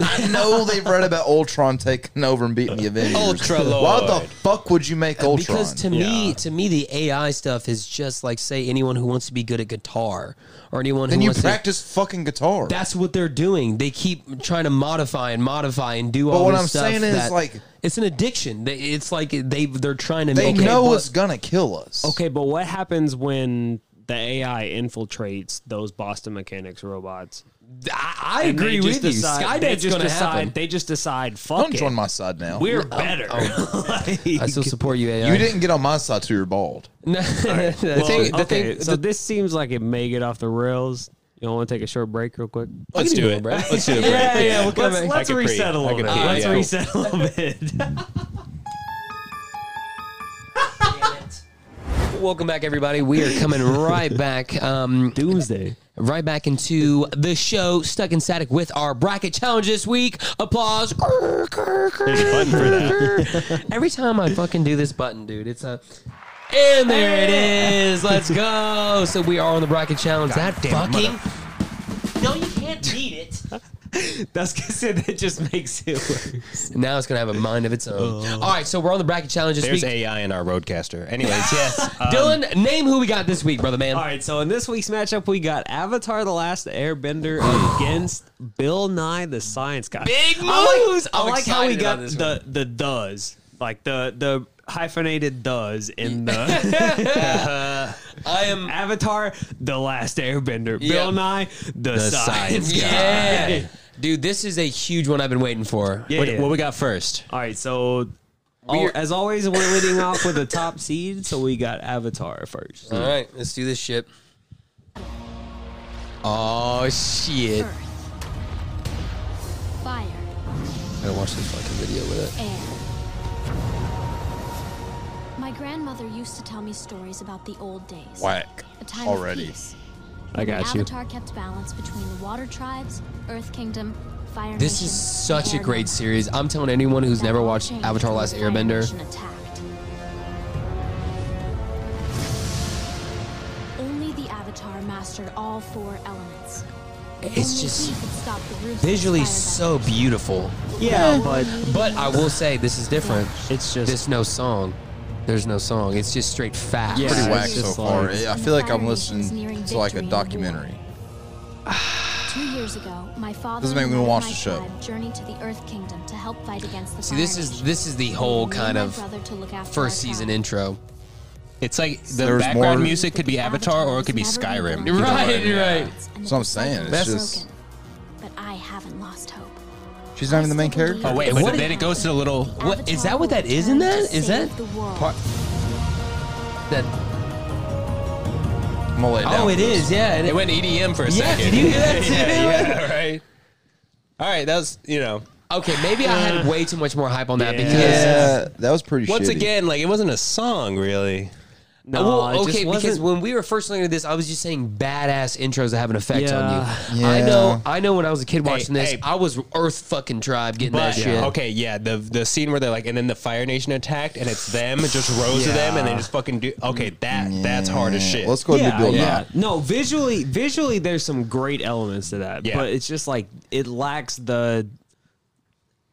I know they've read about Ultron taking over and beating the Avengers.
Ultra
Why the
Lord.
fuck would you make Ultron?
Because to me, to me, the AI stuff is just like say anyone who wants to be good at guitar or anyone
then
who
you
wants to.
practice fucking guitar.
That's what they're doing. They keep trying to modify and modify and do all
what
this
I'm
stuff.
saying is,
that-
like-
it's an addiction. They- It's like they they're trying to
they
make
know
but-
it's gonna kill us.
Okay, but what happens when the AI infiltrates those Boston Mechanics robots?
I, I
And they
agree with
just
you.
decide- they
Skydance
just
going to
decide.
happen.
They just decide. Fuck
Don't
it.
join my Oh, side now.
We're better.
I still support you, AI.
you didn't get on my side till you're bald.
No,
Well,
thing- the
okay,
thing-
so this seems like it may get off the rails. You want to take a short break, real quick?
Let's do it. Let's do it.
Yeah, yeah.
We'll
let's let's reset a little bit. Let's
yeah.
reset a little bit.
Welcome back, everybody. We are coming right back, um,
Doomsday.
right back into the show. Stuck in Static with our bracket challenge this week. Applause.
There's a button for that.
Every time I fucking do this button, dude, it's a. And there it is. Let's go. So we are on the bracket challenge. that fucking. No, you can't beat it.
That's because that just makes it worse.
Now it's gonna have a mind of its own. All right, so we're on the bracket challenge this
Oh. There's um,
week.
AI in our roadcaster. Anyways, yes.
Dylan, name who we got this week, brother man.
All right, so in this week's matchup, we got Avatar: The Last Airbender against Bill Nye the Science Guy.
Big
I like-
moves!
I
I'm
like, how we
excited
got
about this
the the does, like the the hyphenated does in the
I am.
Avatar: The Last Airbender.
Yeah.
Bill Nye the, Science Guy.
Yeah, dude, this is a huge one I've been waiting for.
Yeah,
What,
yeah.
what we got first?
All right, so all,
We're-
as always, we're leading off with a top seed, so we got Avatar first.
All right, let's do this shit. Oh shit!
Earth. Fire.
I gotta watch this fucking video with it.
Air. My grandmother used to tell me stories about the old days.
Whack.
A time
Already.
of peace.
I
when
got you.
Avatar kept balance between the water tribes, Earth Kingdom, Fire
This
Nation,
is such a
and Air
great
Nation.
series. I'm telling anyone who's
That
never
all
watched
changed
Avatar:
when
Last
Fire
Airbender.
Nation attacked. Only the Avatar mastered all four elements.
It's
Only
just
he could stop the ruthless
visually
Fire Nation.
so beautiful.
Yeah, but
But I will say this is different.
it's just
There's no song. There's no song. It's just straight facts.
Yeah.
Pretty
It's
whack
just
so
like-
far. I feel like I'm
Fire Nation is
listening
nearing
to like
victory
a
in the war.
documentary.
Two years ago, my father
Doesn't make
and
me
one of
watch
my
the show.
tribe journeyed to the Earth Kingdom to help fight against the
See, this
Fire
is
Nation.
this is the whole
Me and
kind
my
of
brother to look after
first
our
season
tribe.
intro.
It's like the
There's
background
more-
music could be Avatar or it could be Skyrim. Either
Right,
one, yeah.
right.
And
That's what I'm
the
saying, it's
cycle
just-
is broken. But I haven't lost hope.
She's not even the main character.
Oh wait,
What
but
is-
then it goes to the little.
What is that? What that is in that? Is that part? That
I'm gonna lay down
oh, it E
for this.
is. Yeah.
It went EDM for a
Yeah,
second.
did you hear that too?
yeah, yeah, right. All right, that was you know.
Okay, maybe I had way too much more hype on that
Yeah.
because
Yeah, uh, that was pretty.
Once
shitty.
again, like it wasn't a song really.
no.
well,
it just
okay, because
wasn't-
when we were first looking at this, I was just saying badass intros that have an effect on you.
Yeah.
I
Yeah.
know, I know. When I was a kid watching this,
hey.
I was Earth fucking tribe getting
But
that shit.
okay, yeah, the the scene where they're like, and then the Fire Nation attacked, and it's them, it just rows of them, and they just fucking do. Okay, that that's hard as shit.
Let's go ahead and do Bill Nye.
No, visually, visually, there's some great elements to that,
Yeah.
but it's just like it lacks the,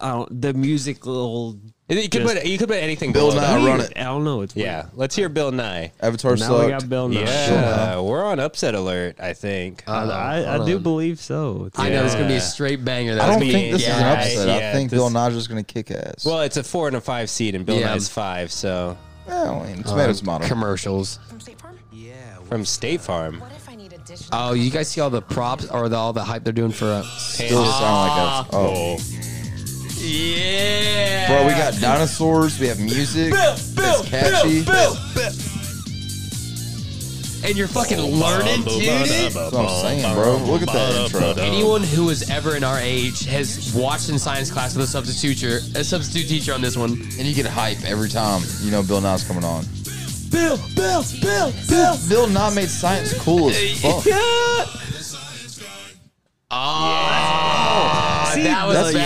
I don't, the musical.
You could
Just-
put you could put anything.
Bill
below
Nye.
that.
I'll run it.
I don't know. It's weird.
Yeah, let's hear Bill Nye.
Avatar
Now we
sucked.
got Bill Nye.
Yeah, we're on upset alert. I think.
Uh,
I, I, I do believe so.
I know it's gonna be a
Yeah.
straight banger.
I
That's
don't
gonna
think this is an
yeah,
upset. I
yeah,
think
this-
Bill Nye's just gonna kick ass.
Well, it's a four and a five seed, and Bill
Yeah.
Nye's five. So
yeah, I mean,
uh,
tomatoes
be
model.
commercials.
From State Farm?
from State Farm,
What if I need additional?
Oh, you guys see all the props or the, all the hype they're doing for uh,
Still just sound like a, oh,
Yeah,
bro, we got dinosaurs. We have music. It's catchy.
and you're fucking
Oh,
learning,
Uh,
dude.
That's what I'm saying, bro. Look at that intro.
Anyone who is ever in our age has watched in science class with a substitute teacher, a substitute teacher on this one.
And you get hype every time you know Bill Nye's coming on.
Bill, Bill, Bill, Bill.
Bill Nye made science cool as fuck. Ah,
that was
that's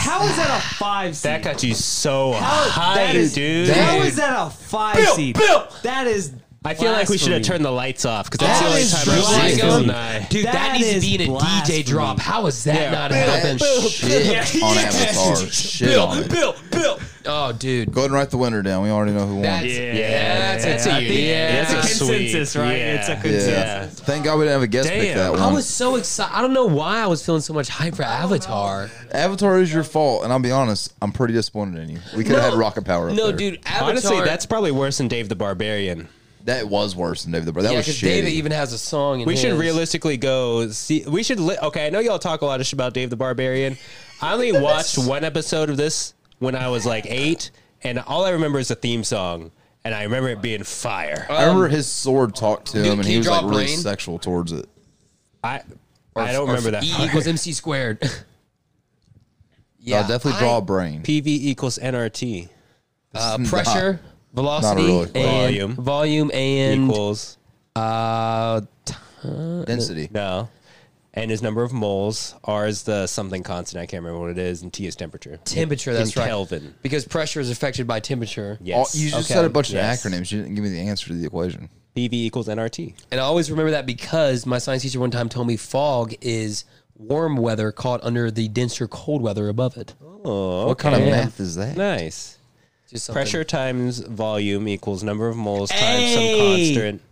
badass.
How is that a five seed?
That got you so
How-
high,
that is-
dude.
How is that a five seed?
Bill!
That is.
I feel like we should have
blasphemy.
turned the lights off because that's
That
the only
is
time I've
blasphemy.
seen Bill Nye.
Dude, that,
That
needs to
is
be in a
blasphemy.
DJ drop. How is that
Yeah.
not
Bill,
helping?
Shit on Avatar. Shit on it.
Bill, Bill.
Oh, dude.
Go ahead and write the winner down. We already know who won.
That's,
Yeah,
that's, that's a
I think-
yeah.
That's a
It's a consensus,
sweep.
right?
Yeah.
It's a
yeah.
consensus.
Thank God we didn't have a guest pick
Damn.
that one.
I
I was so excited. I don't know why I was feeling so much hype for Avatar.
Avatar is your fault, and I'll be honest, I'm pretty disappointed in you. We could have had rocket power. Up
No,
there.
dude. Avatar.
Honestly, that's probably worse than Dave the Barbarian.
that was worse than David the Bird. That
yeah,
was
because
shitty.
David even has a song. In
We should
his.
realistically go see. We should. Li- okay, I know y'all talk a lot of shit about Dave the Barbarian. I only watched one episode of this when I was like eight, and all I remember is the theme song, and I remember it being fire.
I remember his sword talked to
um,
him,
dude,
and
can
he
you
was like
draw
really
brain?
sexual towards it.
I I don't
Or
remember that.
E
part.
equals MC squared. yeah,
I'll definitely
I-
draw a brain.
PV equals NRT
uh, pressure, velocity,
really.
and
Volume.
volume, volume, and
equals
uh,
Density.
no, and his number of moles. R is the something constant. I can't remember what it is, and T is temperature.
temperature.
In
That's right.
Kelvin.
Because pressure is affected by temperature.
All-
Yes.
you just
Okay,
said a bunch
yes.
of acronyms. You didn't give me the answer to the equation.
PV equals NRT.
And I always remember that because my science teacher one time told me fog is warm weather caught under the denser cold weather above it.
What kind of
Yeah.
math is that?
Nice.
Just something.
Oh, Pressure times volume equals number of moles times
Hey!
some constant.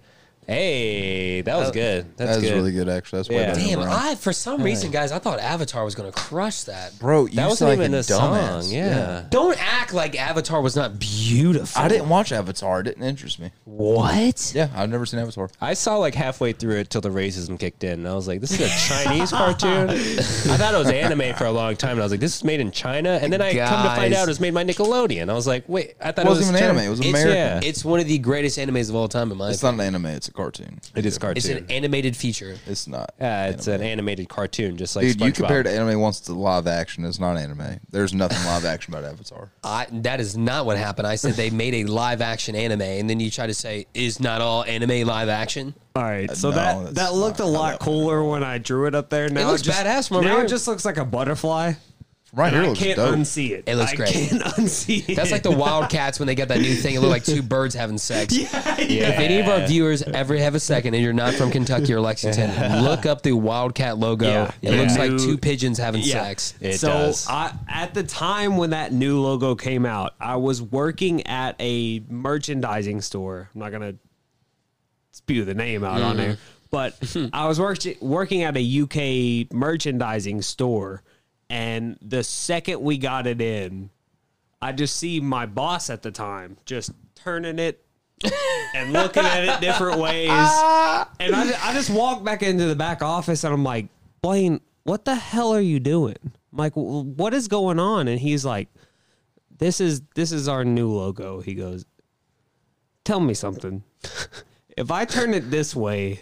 Hey, that was good.
That
That's
is
good.
really good, actually. That's way
Yeah.
better. than
Damn,
Brown.
I for some reason, guys, I thought Avatar was gonna crush that.
bro, you
That
sound
wasn't
like
even
a,
a,
dumbass.
song. Yeah.
Don't act like Avatar was not beautiful.
I didn't watch Avatar. It didn't interest me.
What?
Yeah, I've never seen Avatar.
I saw like halfway through it till the racism kicked in. And I was like, this is a Chinese cartoon. I thought it was anime for a long time. And I was like, this is made in China. And then I come to find
Guys.
out it was made by Nickelodeon. I was like, wait, I thought
It
it, was
wasn't even
China.
anime. It was
It's,
American.
yeah.
it's one of the greatest animes of all time in my
It's
opinion.
not an anime. It's a cartoon.
It is cartoon.
It's an animated feature.
It's not.
yeah, it's an animated cartoon, just like
Dude, you
SpongeBob.
compared anime once to live action. It's not anime. There's nothing live action about Avatar.
I, that is not what happened. I said they made a live action anime, and then you try to say, "Is not all anime live action?"
All right, so
no,
that
that's
that looked a
not how
lot
that
cooler when I drew it up there. Now
looks
just,
badass from over
Now
here.
it just looks like a butterfly.
From right here, it
I
looks
can't
dope.
unsee it.
It looks
I
great.
can't unsee it.
That's like the Wildcats when they got that new thing. It looked like two birds having sex.
yeah,
If any of our viewers ever have a second and you're not from Kentucky or Lexington, look up the Wildcat logo.
Yeah.
It
Yeah.
looks like
New-
two pigeons having sex.
It
so
does.
I, at the time when that new logo came out, I was working at a merchandising store. I'm not gonna spew the name out on there, but I was work, working at a UK merchandising store, and the second we got it in, I just see my boss at the time just turning it and looking at it different ways. And I, ju- I just walk back into the back office and I'm like, Blaine, what the hell are you doing? I'm like, "W- what is going on? And he's like, this is this is our new logo. He goes, tell me something. if I turn it this way,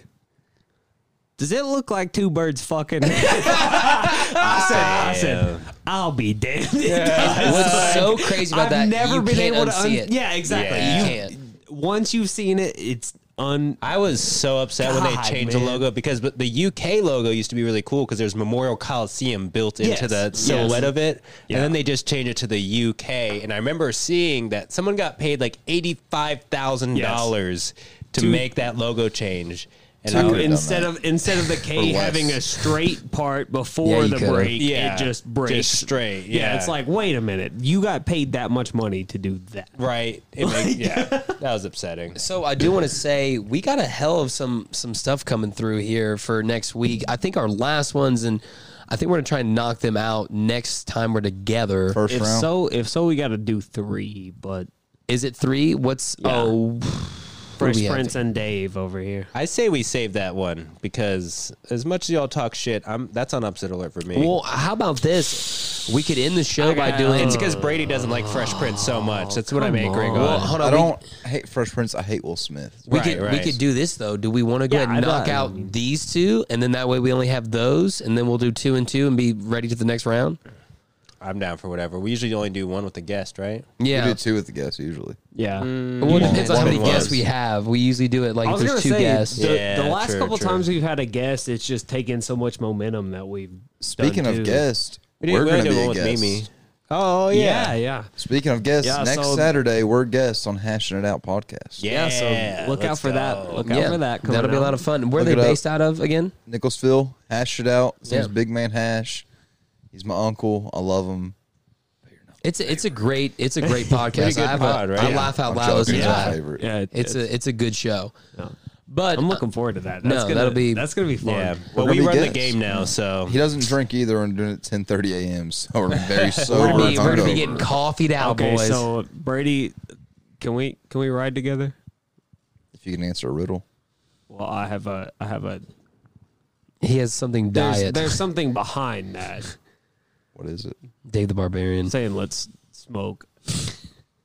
does it look like two birds fucking? I said, I said, I'll be damned. It does.
What's so crazy about that?
I've never
you
been
can't
able to
unsee
un-
it.
Yeah, exactly.
Yeah.
You
You
can't.
Once you've seen it, it's un.
I was so upset when they
God,
changed the
man.
logo because but the UK logo used to be really cool because there's Memorial Coliseum built into
Yes.
the
Yes.
silhouette of it, and then they just changed it to the UK. And I remember seeing that someone got paid like eighty five thousand dollars to, make that logo change. And I
to
was-
could've done
instead
that.
of instead of the K
less.
having a straight part
Yeah,
before
you
the
could've.
break,
Yeah.
it just breaks
Just straight, yeah.
it's like wait a minute, you got paid that much money to do that.
right, it made- yeah, that was upsetting.
So I do want to say we got a hell of some some stuff coming through here for next week. I think our last ones, and I think we're gonna try and knock them out next time we're together.
First
If
round.
so, if so, we got to do three. But
Is it three? What's oh?
Fresh
we have
Prince and Dave over here.
I say we save that one because as much as y'all talk shit, I'm that's on upset alert for me.
Well, how about this? We could end the show by doing.
Uh,
It's because Brady doesn't like Fresh Prince so much. That's what I'm angry on.
Well, hold
I
Oh. on. we-
don't hate Fresh Prince. I hate Will Smith.
We
Right,
could we
right.
could do this though. Do we want to go
Yeah,
ahead and
I'd
knock
rather-
out these two, and then that way we only have those, and then we'll do two and two and be ready to the next round?
I'm down for whatever. We usually only do one with the guest, right?
Yeah.
We do two with the guests usually.
Yeah.
Well, it depends on how
One
many
was.
guests we have. We usually do it like
I
if
was gonna
Mm. there's two
say
guests.
the,
Yeah,
the last
true,
couple
true.
times we've had a guest, it's just taken so much momentum that we've. done
Speaking Speaking
two.
of guests,
We
we're
did- we
going
only
to
did
be
one
a
with
guest.
Mimi. Oh
Yeah,
yeah,
yeah.
Speaking of guests,
Yeah,
next
so-
Saturday we're guests on Hashing It Out podcast.
Yeah, so look out
let's
for that.
go.
Look out
Yeah,
for that. coming
that'll be a
out.
lot of fun. Where
Look
are
it
they
up.
based out of again?
Nicholsville, Hash It Out. His name's
Yeah.
Big Man Hash. He's my uncle. I love him.
It's a, it's a great it's a great podcast.
good
I, have
pod,
a,
right?
I
Yeah.
laugh out
I'm
loud
joking,
listening
he's
to
my
that.
favorite.
Yeah, it-
It's a it's a good show. But
I'm looking forward to that.
No,
That's gonna,
that'll be-
that's gonna be fun.
Yeah,
We're
but
gonna
we
be
run the
guests.
game now, so
He doesn't drink either, and doing it ten thirty a.m. So we're very sober.
we're gonna be,
and
we're gonna be
hungover.
getting coffeeed out,
Okay,
boys.
so Brady, can we can we ride together?
If you can answer a riddle,
Well, I have a I have a
he has something
there's,
diet.
there's something behind that
what is it?
Dave the Barbarian.
saying let's smoke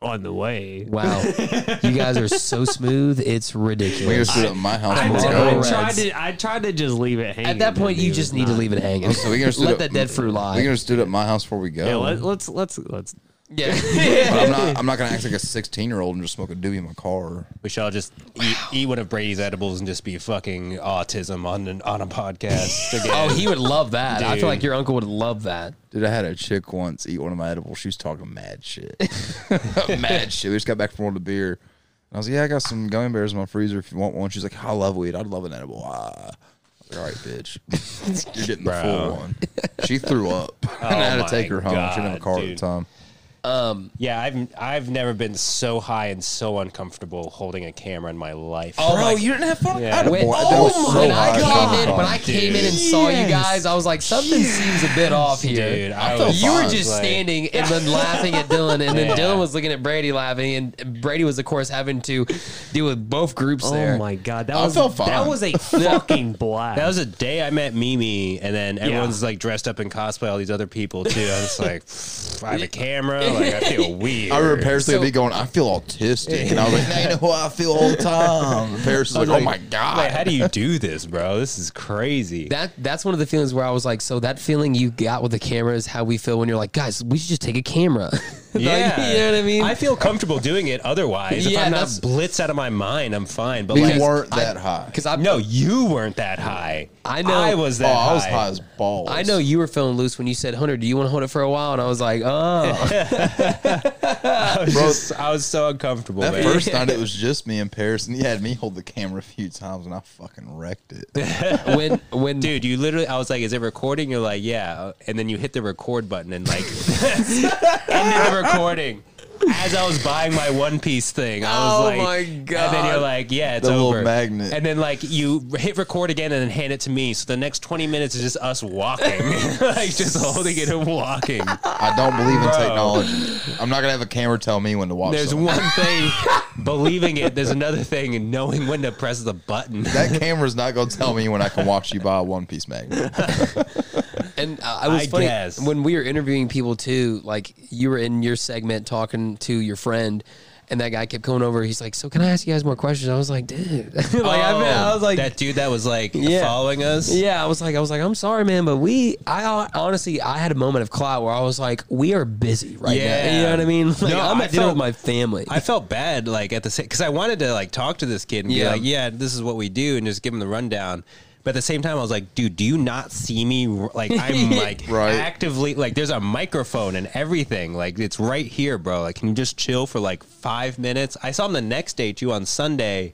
on the way.
Wow, you guys are so smooth. It's
We
ridiculous.
just do it at my house.
I,
did-
tomorrow.
Reds.
tried to I tried to just leave it hanging.
At that point,
and
you
it
just
was
need to
not.
leave it hanging.
So we can just do
Let
it-
that dead fruit lie.
We can just do it at my house before we go.
Yeah, let, let's let's let's.
yeah.
But I'm not. I'm not gonna act like a 16 year old and just smoke a doobie in my car.
we shall just eat, eat one of Brady's edibles and just be fucking autism on an, on a podcast again.
Oh, he would love that. I feel
Dude.
like your uncle would love that.
Dude, I had a chick once eat one of my edibles. She was talking mad shit. mad shit. We just got back from holding a beer. And I was like, yeah, I got some gummy bears in my freezer if you want one. She's like, I love weed. I'd love an edible. Ah. I was like, All right, bitch. You're getting the
Bro.
full one. She threw up. and I had
my
to take her home. she didn't have a
God,
car at
dude.
the time.
yeah, I've I've never been so high and so uncomfortable holding a camera in Oh my life.
my-
didn't have fun?
Yeah.
Edible.
When,
I
oh
was so
my! When
high,
I
was
came in,
fine.
when I came in and saw you guys, I was like, something seems a bit off here.
Dude, I
you
was
were
fine.
just
Like-
standing and then laughing at Dylan, and then
Yeah.
Dylan was looking at Brady laughing, and Brady was, of course, having to deal with both groups there.
Oh my god, that
I
was
felt
that
fine.
was a fucking blast.
That was a day I met Mimi, and then everyone's like dressed up in cosplay. All these other people too. I was like, I have a camera. Like I feel weird.
I remember Paris
So-
would be going, I feel autistic. And I was like, now you know how I feel all the time. And Paris is like, oh my God.
Like, how do you do this, bro? This is crazy.
That that's one of the feelings where I was like, so that feeling you got with the camera is how we feel when you're like, guys, we should just take a camera. Like, you know what I mean?
I feel comfortable doing it. Otherwise,
Yeah,
if I'm
that's-
not blitz out of my mind, I'm fine. But
We
like,
weren't that high.
because I
no, you weren't that high.
I know.
I was
Oh,
that. high.
I was high as balls.
I know you were feeling loose when you said, Hunter, do you want to hold it for a while? And I was like, oh.
I was, just- I was so uncomfortable.
That
man.
first night, it was just me and Paris, and he had me hold the camera a few times, and I fucking wrecked it.
when when
Dude, you literally, I was like, is it recording? You're like, yeah. And then you hit the record button and like, ended the recording. As I was buying my One Piece thing, I was
Oh
like,
my
And then
God.
you're like, yeah, it's
The little
over.
magnet.
And then like you hit record again and then hand it to me. So the next 20 minutes is just us walking, like just holding it and walking.
I don't believe in
Bro.
technology. I'm not gonna have a camera tell me when to watch.
There's
something.
one thing, believing it. There's another thing, and knowing when to press the button.
That camera's not gonna tell me when I can watch you buy a One Piece magnet.
and uh, I I was
I
funny
guess.
when we were interviewing people too. Like you were in your segment talking to your friend, and that guy kept coming over. He's like, "So can I ask you guys more questions?" I was like, "Dude, like I, mean,
Oh.
I was like,
that dude that was like
Yeah.
following us.
Yeah, I was like, I was like, I'm sorry, man, but we, I hon- honestly, I had a moment of clout where I was like, we are busy right now.
Yeah.
You know what I mean? Like,
No,
I'm
I
at dinner
felt-
with my family.
I felt bad, like at the same, because I wanted to like talk to this kid and
Yeah.
be like, "Yeah, this is what we do," and just give him the rundown. But at the same time, I was like, "Dude, do you not see me? Like, I'm like
Right.
actively like, there's a microphone and everything. Like, it's right here, bro. Like, can you just chill for like five minutes?" I saw him the next day too on Sunday,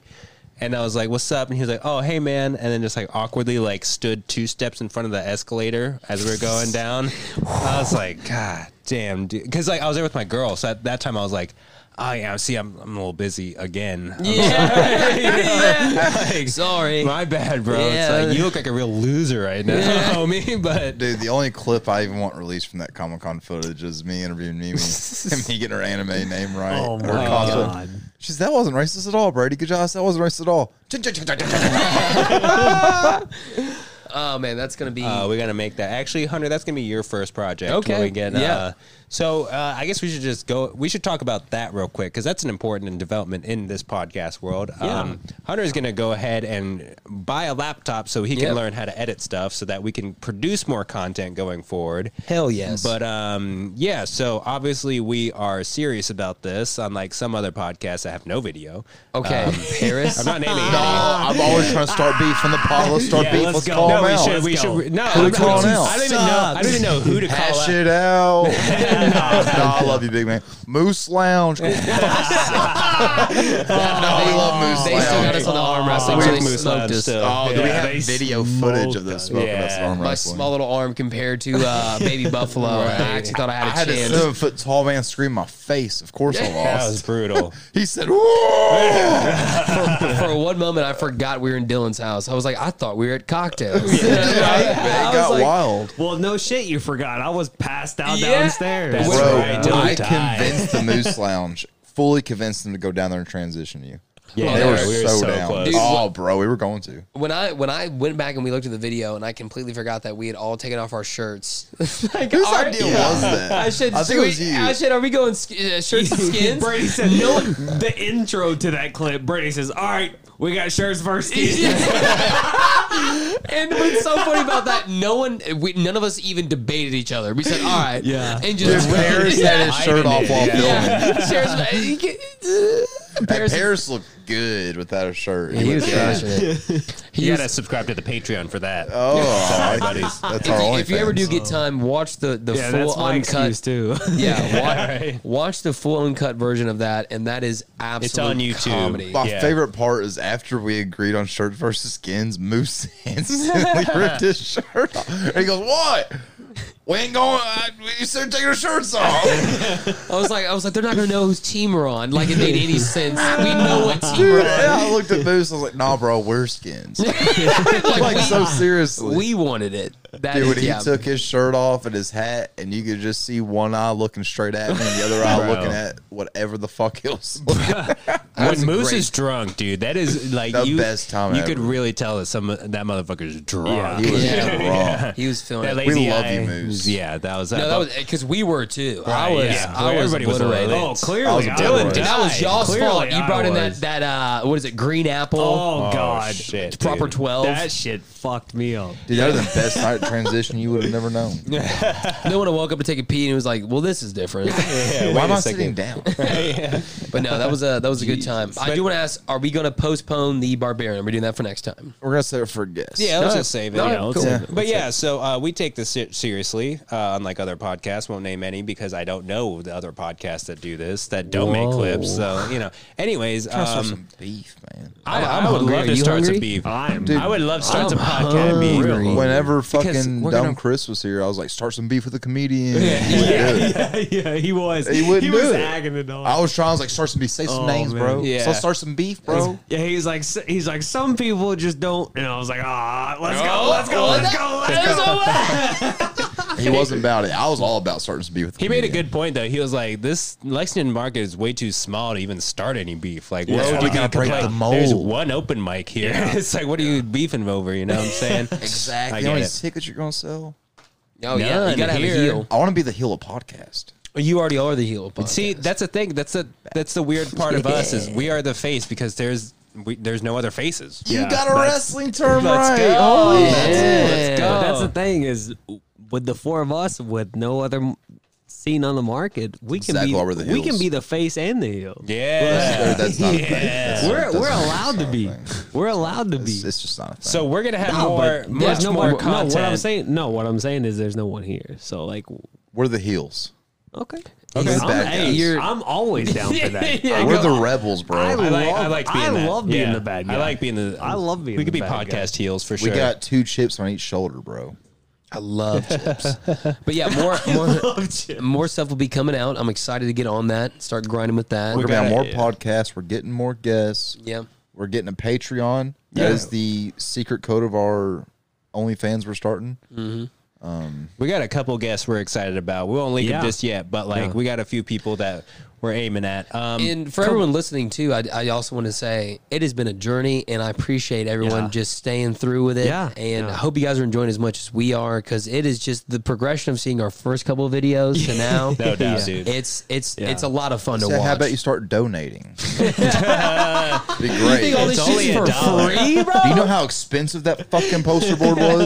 and I was like, "What's up?" And he was like, "Oh, hey, man," and then just like awkwardly like stood two steps in front of the escalator as we were going down. I was like, "God damn, dude," because like I was there with my girl, so at that time I was like. Oh yeah, see, I'm, I'm a little busy again. I'm
yeah.
like,
sorry.
my bad, bro.
Yeah.
It's like you look like a real loser right now, homie. But
Dude, the only clip I even want released from that Comic Con footage is me interviewing Mimi and me getting her anime name right.
Oh
Her
my
costume.
God.
She's that wasn't racist at all, Brady. Good job. That wasn't racist at all.
Oh man, that's gonna be.
Uh, we're gonna make that actually, Hunter. That's gonna be your first project.
Okay.
when we get,
Yeah.
Uh, so uh, I guess we should just go. We should talk about that real quick because that's an important development in this podcast world. Um,
Yeah.
Hunter's gonna go ahead and buy a laptop so he can
Yep.
learn how to edit stuff so that we can produce more content going forward.
Hell yes.
But um, yeah, so obviously we are serious about this, unlike some other podcasts that have no video.
okay,
Um,
Paris.
I'm not naming. any.
I'm always trying to start beef in the pod. Let's start
Yeah,
beef.
let's
Let's,
go.
call
no,
him
we
out.
should. We
Let's go.
should. No,
Who
I'm
to call
not-
out?
I don't even know. I don't even know who to call
Hash
out.
it out. no, I love you, big man. Moose Lounge. no, we love Moose
they
Lounge.
still got us on the arm wrestling.
We
so
have
they
Moose
smoked
Lounge
us.
still.
Oh,
Oh, do we
Yeah,
have
they
video footage of this smoking
Yeah.
us arm
My
my
wrestling?
small little arm compared to uh, baby buffalo. I actually thought I
I
had
had
a
a
chance.
seven foot tall man scream in my face. Of course, I
That
lost.
was brutal.
He said, "Whoa!"
For one moment, I forgot we were in Dylan's house. I was like, I thought we were at cocktails.
it got wild.
Well, no shit, you forgot. I was passed out
Yeah.
downstairs.
That's
Wait,
Bro,
right. Don't
I
die.
convinced the Moose Lounge, fully convinced them to go down there and transition you.
Yeah,
they
we
were,
were
so, down.
close.
Dude,
oh, bro, we were going to.
when I when I went back and we looked at the video, and I completely forgot that we had all taken off our shirts. like,
Whose
our-
idea was that?
I should.
I think it was
we-
you.
I should. Are we going sk- uh, shirts and skins?
Brady said no. The intro to that clip, Brady says, "All right, we got shirts versus skins."
and what's so funny about that? No one, we, none of us even debated each other. We said, "All right,"
Yeah.
and
Dude,
just
Paris had his shirt off while filming.
Yeah, Shares- uh, you can-
That
Paris
Paris,
is-
looked good without a shirt.
He was
looked good.
crushing it. He
You
was-
gotta subscribe to the Patreon for that.
Oh,
Sorry,
I-
buddies.
that's
if,
our
you,
only.
if you ever do get time, watch the the
yeah,
full
that's my
uncut.
excuse too.
Yeah, wa-
right.
watch the full uncut version of that, and that is absolute
on YouTube.
comedy.
My
Yeah.
favorite part is after we agreed on shirt versus skins, Moose instantly ripped his shirt off. And he goes, "What? We ain't going. I, we said take our shirts off."
I was like, I was like, they're not gonna know whose team we're on. Like it made any sense. We know what team
Dude,
we're on.
and I looked at Moose. I was like, "Nah, bro, we're skins."
Like,
like
we,
so seriously.
we wanted it. That
Dude,
is-
when he
yeah.
took his shirt off and his hat, and you could just see one eye looking straight at me and the other eye
Bro.
looking at whatever the fuck he was looking
when Moose
great.
is drunk, dude, that is like
The
you,
best time
You
ever.
could really tell that some that motherfucker's drunk.
He was
Yeah.
yeah. raw.
he was feeling.
That
it.
lazy
We love
eye.
you, Moose.
Yeah, that was
No, that was because we were too. I
Right,
was.
yeah.
I was
Everybody was
obliterated.
lit.
Oh, clearly,
I was
I
Dylan
was-
did.
And that was y'all's
Clearly,
fault. You
I
brought in
was.
that that uh, what is it? Green apple.
Oh,
Oh,
god,
shit, dude.
proper twelve.
that shit fucked me up.
Dude, that was the best night transition you would have never known.
no one woke up to take a pee and it was like, "Well, this is different."
Yeah,
Why
wait
am
a
I
second.
sitting down?
But no, that was a that was a good time. I do want to ask: Are we going to postpone the barbarian? We're doing that for next time.
We're gonna set it for guests.
Yeah, let's just save it.
No,
Yeah, let's
cool.
save
it.
But yeah, so uh, we take this se- seriously, uh, unlike other podcasts. Won't name any because I don't know the other podcasts that do this that don't make clips. So you know. Anyways,
Let's start
um,
some beef, man.
I,
I'm
I would
hungry.
love
Are
to
you
start
hungry?
some beef.
I'm
Dude,
I would love to start
I'm
some podcast beef.
hungry.
Whenever
Because
fucking
we're
dumb
gonna-
Chris was here, I was like, start some beef with the comedian.
yeah, yeah, yeah, he was.
He wouldn't do
was
it.
agging the dog.
I was trying. I was like, start some beef. Say some
Oh,
names,
man.
bro.
Yeah.
So let's start some beef, bro.
yeah, he's like, s- he's like, some people just don't. And I was like, ah, let's go, let's go, let's go, let's go.
He wasn't about it. I was all about starting some beef with. The
He made a
comedian.
good point though. He was like, "This Lexington market is way too small to even start any beef. Like,
Yeah.
where
Yeah.
would
We
you
gotta break
complain?
the
There's
mold.
one open mic here. it's like, what are you beefing over? You know what I'm saying?
Exactly.
I
You know how
get
many
it.
tickets you're gonna sell?
Oh yeah, you
None
gotta have a
here.
heel.
I want to be the heel of podcast.
You already are the heel. Podcast.
See, that's the thing. That's the that's the weird part of us is we are the face because there's we, there's no other faces.
you got a wrestling term
Let's
right. Oh. Holy
go.
Let's go.
But that's the thing is, with the four of us, with no other m- scene on the market, we can
Exactly
be
why we're the
we can
heels.
be the face and the heel.
Yeah.
shit. That's not a thing. That's-
We're,
that's
we're
not-
allowed to be. We're allowed to be.
It's, it's just not a thing.
So we're gonna have
No,
more,
but
much
no
more
one- no,
content.
what I'm saying, no, what I'm saying is there's no one here. So like,
we're the heels.
okay,
Okay.
I'm,
the bad
hey,
guys.
you're- I'm always down for that.
Yeah,
we're
go-
the rebels, bro.
I
I like, I
Love-
like being
I
that.
love being
Yeah.
the bad
I
guy.
like being the.
I love being
We could
the
be
bad guy.
podcast heels for
we
sure.
got two chips on each shoulder, bro.
I love chips. But yeah, more more more stuff will be coming out. I'm excited to get on that. Start grinding with that.
We're gonna have
gotta-
more
yeah.
podcasts. We're getting more guests.
yeah.
We're getting a Patreon. That is the secret code of our OnlyFans we're starting.
We got a couple guests we're excited about. We won't leak
Yeah.
them just yet, but like
Yeah.
we got a few people that we're aiming at. Um,
and for everyone listening too, I, I also want to say it has been a journey, and I appreciate everyone
Yeah.
just staying through with it.
Yeah.
and
Yeah.
I hope you guys are enjoying as much as we are because it is just the progression of seeing our first couple of videos to now.
No doubt, dude.
It's it's
Yeah.
it's a lot of fun to
Say,
watch.
how about you start donating? Be great.
think all
It's
this
only
shit's
a
for
dollar.
free, bro?
Do you know how expensive that fucking poster board was?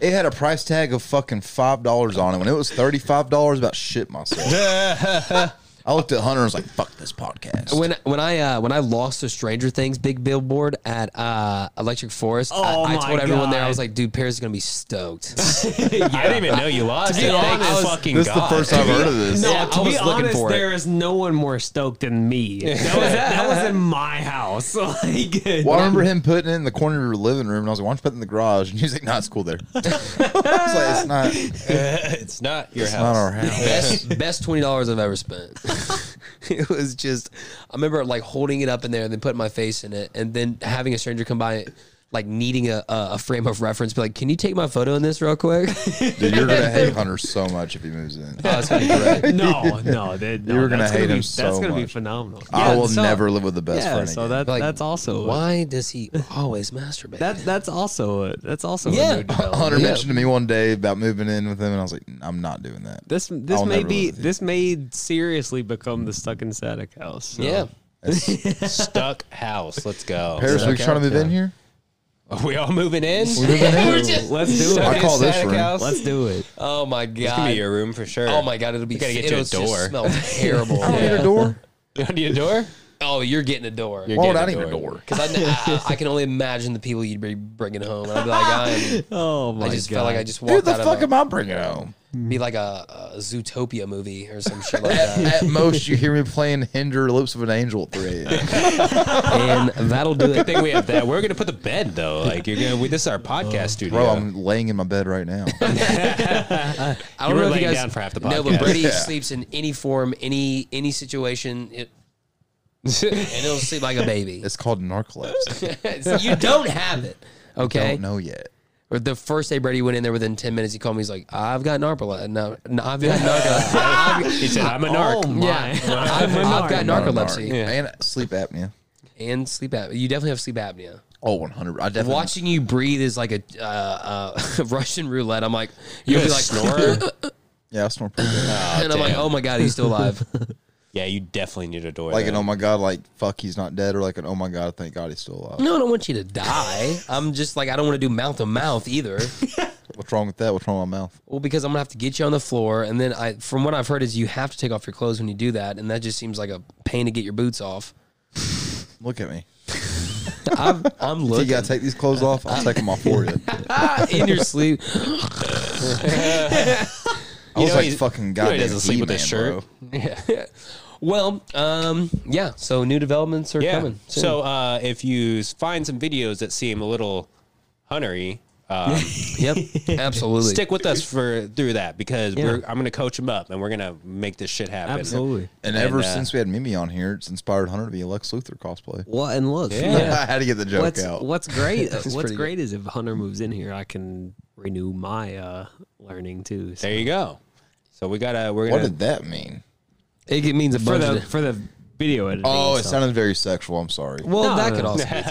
it had a price tag of fucking five dollars on it. When it was thirty five dollars, about shit myself. I looked at Hunter and was like, "Fuck this podcast."
When when I uh, when I lost the Stranger Things big billboard at uh, Electric Forest,
Oh
I, I
my
told everyone there I
God.
was like, "Dude, Paris is gonna be stoked."
I didn't even know you lost.
be
it. Thank
honest,
fucking
this is the
God.
first I've heard of this.
No,
Yeah,
to
I was
be
looking
honest,
for it.
there is no one more stoked than me. That was, that was in my house. Like,
Well, I remember him putting it in the corner of your living room, and I was like, "Why don't you put it in the garage?" And he was like, "No, it's cool there." I was like, "It's not, it's
It's not your house.
not our house."
best best twenty dollars I've ever spent. it was just I remember like holding it up in there and then putting my face in it and then having a stranger come by like needing a, a a frame of reference, be like, Can you take my photo in this real quick? Oh,
Dude, you're gonna hate Hunter so much if he moves in.
no, no, they, no,
were gonna
that's
hate
be,
him
That's
so
gonna be
much.
phenomenal.
I
Yeah,
will
so-
never live with the best
Yeah,
friend.
so
again.
that
Like,
that's also
Why does he always masturbate?
that that's also a, that's also
Yeah.
a new development.
Hunter
Yeah.
mentioned to me one day about moving in with him, and I was like, "I'm not doing that."
This this
I'll
may
never
be
live with you.
this may seriously become the stuck in static house. so.
yeah.
Stuck house. Let's go.
Paris, we trying to move in here?
Are we all moving in?
let's do
I
it.
call this
Static
room.
house?
Let's do do it.
Oh my god.
It's gonna be your room for sure.
Oh my god, it'll be
gotta get you
it'll
a
just
door.
smell terrible.
Need a
Yeah.
door?
You don't need a door?
Oh, you're getting a door.
You're
Why would
getting
I need a door?
Because I, I, I can only imagine the people you'd be bringing home, and I'd be like, I, am,
Oh my
I just
god!
felt like I just walked
Who the
out of
fuck
a-
am I bringing home?
be like a, a Zootopia movie or some shit like that.
At most, you hear me playing "Hinder Lips of an Angel" at three a.m.
and that'll do
Good
it.
thing we have that. We're gonna put the bed though. Like you're gonna. We, this is our podcast studio.
Bro, Uh, I'm laying in my bed right now.
I
You
don't
were
know if you
laying
guys
down for half the
No, but
podcast.
Brady sleeps in any form, any any situation, it, and he'll sleep like a baby.
It's called narcolepsy.
So you don't have it, okay?
Don't know yet.
Or the first day Brady went in there, within ten minutes, he called me. He's like, "I've got narcolepsy. No, no, I've got narcolepsy.
he said I'm a
Oh
narc.
my!
yeah, I've, I've got
Not a
narcolepsy
narc. and sleep apnea.
and sleep apnea. You definitely have sleep apnea."
Oh, 100. I definitely
Watching you breathe is like a uh, uh, Russian roulette. I'm like,
You're
you'll be
a
like,
snorer.
Yeah, I snore pretty good.
and I'm like,
damn.
oh my god, he's still alive.
yeah, you definitely need a door.
like an
then.
oh my god, like fuck, he's not dead, or like an oh my god, thank God he's still alive.
no, I don't want you to die. I'm just like, I don't want to do mouth to mouth either.
What's wrong with that? What's wrong with my mouth?
Well, because I'm gonna have to get you on the floor, and then I, from what I've heard, is you have to take off your clothes when you do that, and that just seems like a pain to get your boots off.
Look at me.
I'm, I'm
You
looking
gotta take these clothes off. I'll take them off for you.
ah, in your sleep.
I was
know
like
he's-
fucking
you know he
goddamn.
doesn't sleep with his
He-Man,
shirt.
bro.
Well, um, yeah. So new developments are
yeah.
coming. soon.
So uh, if you s- find some videos that seem a little huntery, um,
yep, absolutely.
stick with us for through that because
Yeah.
we're, I'm gonna coach him up and we're gonna make this shit happen.
Absolutely.
And ever
And, uh,
since we had Mimi on here, it's inspired Hunter to be a Lex Luthor cosplay.
What and look?
Yeah.
I had to get the joke
What's
out.
what's great? what's
pretty
great is if Hunter moves in here, I can renew my uh, learning too. So.
There you go. So we gotta. We're
What
gonna.
did that mean?
it means a
for
bunch
the
of.
for the video editing.
Oh,
and
it
stuff.
sounded very sexual. I'm sorry.
Well,
No,
that
no,
could
no.
also. be something.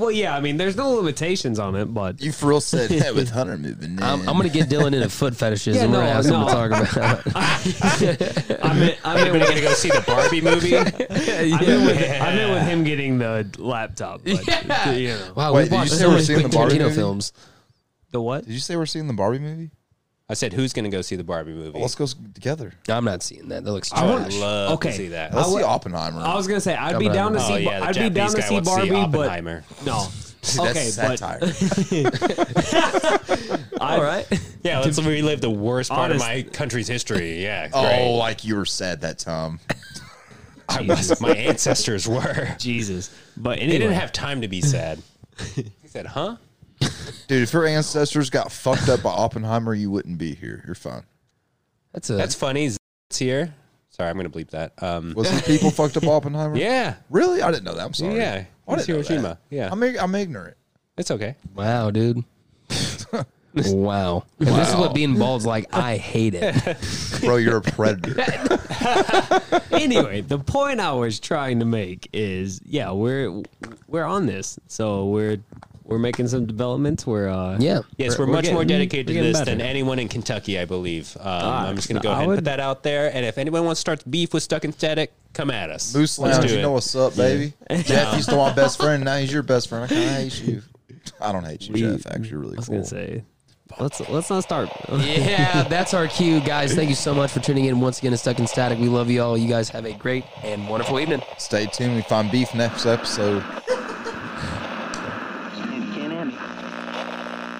well, yeah. I mean, there's no limitations on it, but
You for real said that with Hunter moving in.
I'm, I'm gonna get Dylan into foot fetishes,
Yeah,
and we're
no,
gonna have something
no.
to talk about.
I meant, I meant,
Everybody
with,
gonna go see the Barbie movie?
I, meant with, I meant with him getting the laptop. But, you know.
Wow,
Wait,
we
did you
watched
say
so
we're
many
seeing the
Quentin
Barbie
Tarantino
movie?
films.
The what?
Did you say we're seeing the Barbie movie?
I said, who's gonna go see the Barbie movie?
Well, let's go s- together.
I'm not seeing that. That looks
I would
trash.
love
Okay.
to see that.
Let's
I
see
would-
Oppenheimer.
I was gonna say I'd be
but I-
down to
Oh,
see.
yeah, the
I'd be
Japanese
down to
guy
see
wants to see
Barbie,
Oppenheimer.
but no.
That's
okay, but
satire.
I, all right.
Yeah, let's relive the worst part
Honest-
of my country's history. Yeah,
oh,
great.
like you were sad that time.
I was, my ancestors were.
Jesus, but anyway,
They didn't have time to be sad. He said, "Huh?
Dude, if your ancestors got fucked up by Oppenheimer, you wouldn't be here. You're fine.
That's a
That's funny." It's here. Sorry, I'm gonna bleep that. Um,
Was the people fucked up Oppenheimer?
yeah,
Really? I didn't know that. I'm sorry.
yeah.
I didn't know that.
Yeah,
I'm, ig- I'm ignorant.
it's okay.
wow, dude. Wow. If This is what being bald's like. I hate it.
Bro, you're a predator.
anyway, the point I was trying to make is, yeah, we're we're on this, so we're we're making some developments. We're uh,
Yeah.
Yes, we're, much
getting-
more dedicated
we're
to
getting
this
better. Ah,
than anyone in Kentucky, I believe. Um, I'm just going to go
I
ahead and
would-
put that out there. And if anyone wants to start beef with Stuck in Static, come at us.
Moose
Let's
Lounge,
do
you
it.
know what's up, baby. Jeff used to my best friend. Now he's your best friend. I kind of hate you. I don't hate you, Jeff. Actually, you're really
I was
cool.
gonna say, let's let's not start.
yeah, that's our cue, guys. Thank you so much for tuning in once again to Stuck in Static. We love you all. You guys have a great and wonderful evening.
Stay tuned. We find beef next episode.
Can't have it.